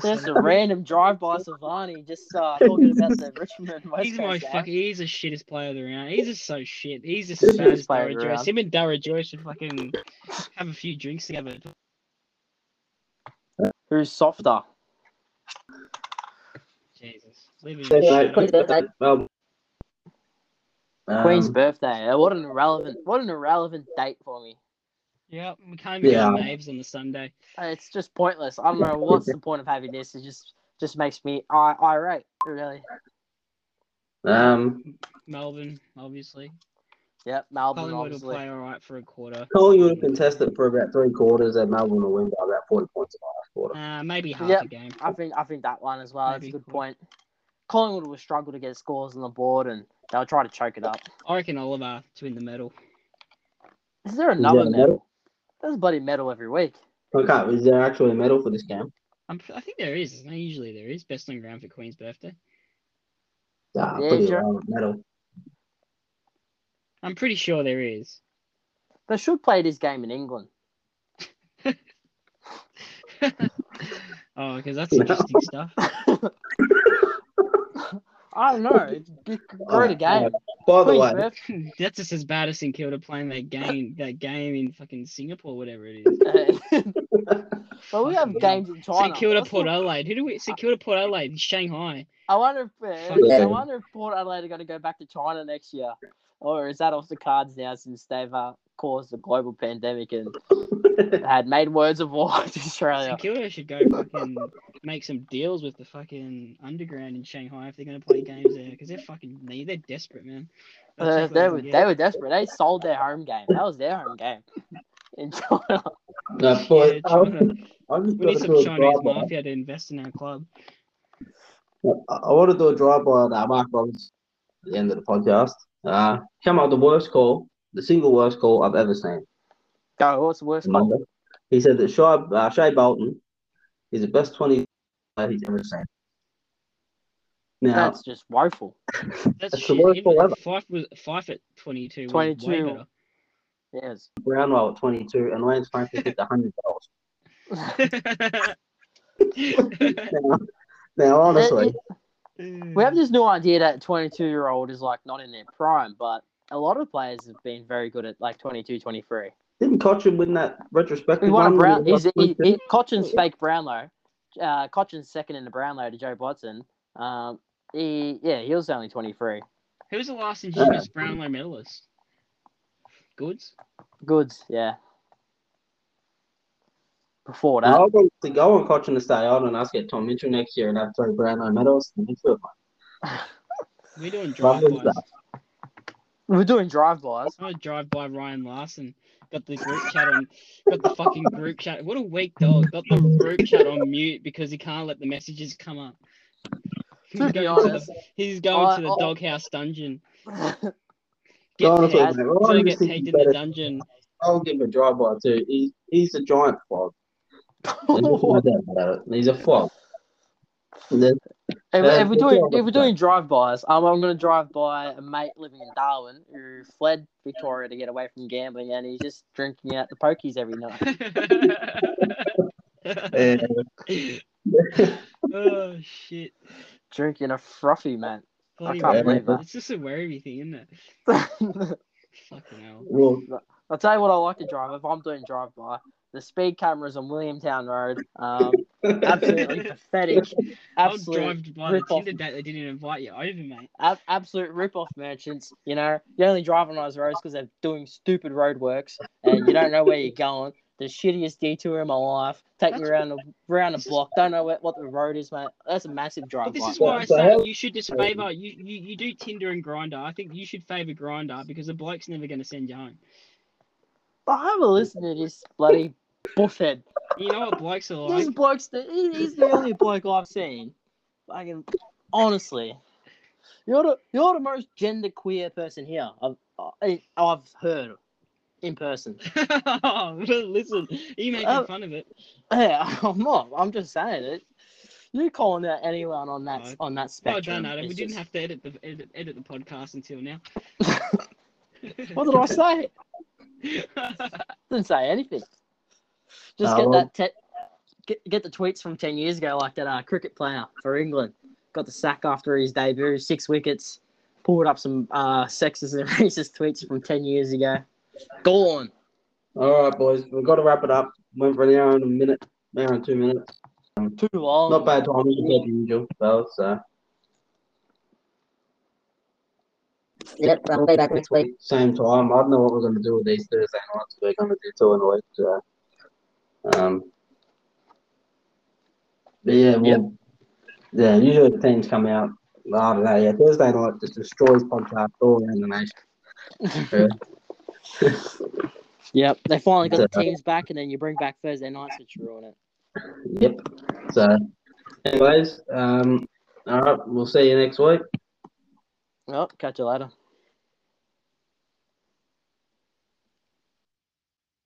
Speaker 2: just
Speaker 3: Honestly.
Speaker 2: a random drive by Silvani, just uh, talking about the Richmond West
Speaker 3: He's my
Speaker 2: Coast game.
Speaker 3: fucking. He's the shittest player of the round. He's just so shit. He's just
Speaker 2: eh? He's the
Speaker 3: sad as
Speaker 2: shittest player of
Speaker 3: Dara
Speaker 2: the
Speaker 3: Joyce.
Speaker 2: round.
Speaker 3: Him and Dara Joyce should fucking have a few drinks together.
Speaker 2: Who's softer?
Speaker 3: Jesus, leave
Speaker 2: Hmm.
Speaker 3: him in the
Speaker 1: yeah,
Speaker 3: shadow.
Speaker 1: um,
Speaker 2: Queen's birthday. Uh, What an irrelevant, what an irrelevant date for me.
Speaker 3: Yep, we can't even
Speaker 1: Yeah.
Speaker 3: go to Naves on the Sunday.
Speaker 2: Uh, It's just pointless. I don't know what's the point of having this. It just just makes me I irate. Really.
Speaker 1: um,
Speaker 3: Melbourne, obviously.
Speaker 2: Yep. Melbourne,
Speaker 3: Collingwood will
Speaker 2: obviously.
Speaker 3: play all right for a quarter.
Speaker 1: Collingwood have contested for about three quarters, and Melbourne will win by about forty points in the last quarter.
Speaker 2: Mm,
Speaker 3: Uh, maybe half
Speaker 2: Yep.
Speaker 3: a game.
Speaker 2: I think I think that one as well. That's
Speaker 3: Maybe.
Speaker 2: a good point. Collingwood will struggle to get scores on the board, and they'll try to choke it up.
Speaker 3: I reckon Oliver to win the medal.
Speaker 2: Is there
Speaker 1: Is there
Speaker 2: another
Speaker 1: a
Speaker 2: medal? There's bloody medal every week.
Speaker 1: medal? Okay, is there actually a medal for this game?
Speaker 3: I'm, I think there is. No, Usually there is. Best on ground for Queen's birthday.
Speaker 1: Nah,
Speaker 2: Yeah,
Speaker 1: pretty
Speaker 2: sure.
Speaker 1: irrelevant medal.
Speaker 3: I'm pretty sure there is.
Speaker 2: They should play this game in England.
Speaker 3: oh, because that's
Speaker 1: No.
Speaker 3: interesting stuff.
Speaker 2: I don't know. It's it's a great game.
Speaker 1: Uh, By the
Speaker 2: Queen's
Speaker 1: way,
Speaker 2: birth-
Speaker 3: that's just as bad as St Kilda playing that game. That game in fucking Singapore, whatever it is.
Speaker 2: but we have games in China.
Speaker 3: St Kilda,
Speaker 2: What's the-
Speaker 3: Port Adelaide. Who do we? St Kilda, Port Adelaide, Shanghai.
Speaker 2: I wonder if uh,
Speaker 1: Yeah.
Speaker 2: I wonder if Port Adelaide are going to go back to China next year, or is that off the cards now since they've uh, caused a global pandemic and had made words of war to Australia?
Speaker 3: St Kilda should go fucking make some deals with the fucking underground in Shanghai if they're gonna play games there, because they're fucking they- they're desperate, man. They'll
Speaker 2: Uh,
Speaker 3: take what
Speaker 2: they
Speaker 3: can
Speaker 2: were
Speaker 3: get.
Speaker 2: they were desperate. They sold their home game. That was their home game in China.
Speaker 1: no, boy,
Speaker 3: Yeah, China.
Speaker 1: I'm just
Speaker 3: We need
Speaker 1: gonna
Speaker 3: some
Speaker 1: do a
Speaker 3: Chinese
Speaker 1: drive-by.
Speaker 3: mafia to invest in our club.
Speaker 1: I I want to do a drive by on uh, Mark Roberts at the end of the podcast. Uh, come up with the worst call, the single worst call I've ever seen.
Speaker 2: Go. What's the worst
Speaker 1: on
Speaker 2: call?
Speaker 1: Monday. He said that Shai, uh, Shea Bolton is the best 20 player he's ever seen. Now,
Speaker 2: That's just woeful.
Speaker 3: That's,
Speaker 1: That's the
Speaker 3: shit.
Speaker 1: worst
Speaker 3: Even
Speaker 1: call ever.
Speaker 3: Fife was Fife at twenty two.
Speaker 2: 22.
Speaker 3: Way
Speaker 2: Yes.
Speaker 1: Brownwell at 22 and Lance Franklin at 100 goals.
Speaker 3: better.
Speaker 1: Now, now, honestly,
Speaker 2: We have this new idea that 22 year old is like not in their prime, but a lot of players have been very good at like 22, 23.
Speaker 1: didn't Cochin win that retrospective
Speaker 2: We want a
Speaker 1: one?
Speaker 2: brown. He's, he,
Speaker 1: Yeah,
Speaker 2: he, Cochin's fake Brownlow. Uh, Cochin's second in the Brownlow to Joe Watson. Um, he yeah, he was only twenty three.
Speaker 3: Who's the last Indigenous Brownlow medalist? Goods.
Speaker 2: Goods, yeah. Before
Speaker 1: I
Speaker 2: that,
Speaker 1: want to go on Cochin to stay on and us get Tom Mitchell next year and have three Brownlow medals. in the midfield.
Speaker 3: We're doing
Speaker 1: Brownlow's
Speaker 3: drive-bys.
Speaker 2: We're doing drive bys.
Speaker 3: I drive by Ryan Larson. Got the group chat on. Got the fucking group chat. What a weak dog. Got the group chat on mute because he can't let the messages come up. He's
Speaker 2: To be
Speaker 3: going
Speaker 2: honest,
Speaker 3: the, he's going
Speaker 2: I-
Speaker 3: to the
Speaker 2: I-
Speaker 3: doghouse dungeon. Get
Speaker 1: Go on,
Speaker 3: tagged,
Speaker 1: mate. Well, I
Speaker 3: so get
Speaker 1: just think he's
Speaker 3: tagged in the
Speaker 1: better-
Speaker 3: dungeon.
Speaker 1: I'll give him a drive by too. He, he's a giant flog. There's no
Speaker 2: if,
Speaker 1: doubt about it. He's a flog. And then-
Speaker 2: if we're doing if we're doing drive bys, um, I'm gonna drive by a mate living in Darwin who fled Victoria to get away from gambling, and he's just drinking out the pokies every night.
Speaker 1: and-
Speaker 3: oh shit!
Speaker 2: Drinking a frothy, man.
Speaker 3: Bloody
Speaker 2: can't
Speaker 1: believe
Speaker 3: Werribee.
Speaker 1: that.
Speaker 3: It's just a Werribee thing, isn't it?
Speaker 2: I'll
Speaker 3: Fucking hell.
Speaker 1: well,
Speaker 2: tell you what I like to drive if I'm doing drive by. The speed cameras on Williamtown Road, um, absolutely pathetic.
Speaker 3: I'll
Speaker 2: Absolute
Speaker 3: drive by the
Speaker 2: rip off.
Speaker 3: Tinder date they didn't invite you over, mate.
Speaker 2: ab- absolute rip-off merchants. You know, you only drive on those roads because they're doing stupid roadworks, and you don't know where you're going. The shittiest detour in my life. Take me
Speaker 3: That's-
Speaker 2: around the around the
Speaker 3: this is-
Speaker 2: block. Don't know what, what the road is, mate. That's a massive drive.
Speaker 3: But this
Speaker 2: by.
Speaker 3: is why I
Speaker 1: So
Speaker 3: say
Speaker 1: how-
Speaker 3: you should just favour you, you you do Tinder and Grinder. I think you should favour Grinder because the bloke's never going to send you home.
Speaker 2: I have a listen to this bloody buffhead.
Speaker 3: You know what blokes are like.
Speaker 2: This bloke's the he- he's the only bloke I've seen. Fucking honestly, you're the you're the most genderqueer person here I've I- I've heard in person.
Speaker 3: Listen, are you making
Speaker 2: Oh.
Speaker 3: fun of it?
Speaker 2: Yeah, I'm not. I'm just saying it. You calling out anyone on that
Speaker 3: No.
Speaker 2: on that
Speaker 3: Oh,
Speaker 2: spectrum?
Speaker 3: done Adam. We
Speaker 2: is
Speaker 3: didn't
Speaker 2: just-
Speaker 3: have to edit the edit, edit the podcast until now.
Speaker 2: What did I say? didn't say anything.
Speaker 1: No,
Speaker 2: Just get
Speaker 1: well-
Speaker 2: that te- get get the tweets from ten years ago, like that uh, cricket player for England got the sack after his debut, six wickets, pulled up some uh, sexist and racist tweets from ten years ago. Gone.
Speaker 1: all right, boys, we've got to wrap it up. Went for an hour and a minute, hour and two minutes.
Speaker 2: Too long.
Speaker 1: Not bad timing compared to usual, fellas. So.
Speaker 4: Yep, I'll be back next week.
Speaker 1: Same time. I don't know what we're going to do with these Thursday nights. We're going to do two in a week. So. Um, but yeah, well,
Speaker 2: Yep.
Speaker 1: yeah, usually the teams come out. I don't know. Yeah, Thursday night just destroys podcasts all around the nation. Yeah.
Speaker 2: Yep. They finally got
Speaker 1: That's
Speaker 2: the
Speaker 1: all right.
Speaker 2: teams back, and then you bring back Thursday nights, which ruin it.
Speaker 1: yep. So, anyways, um, all right, we'll see you next week.
Speaker 2: Well, Oh, catch you later.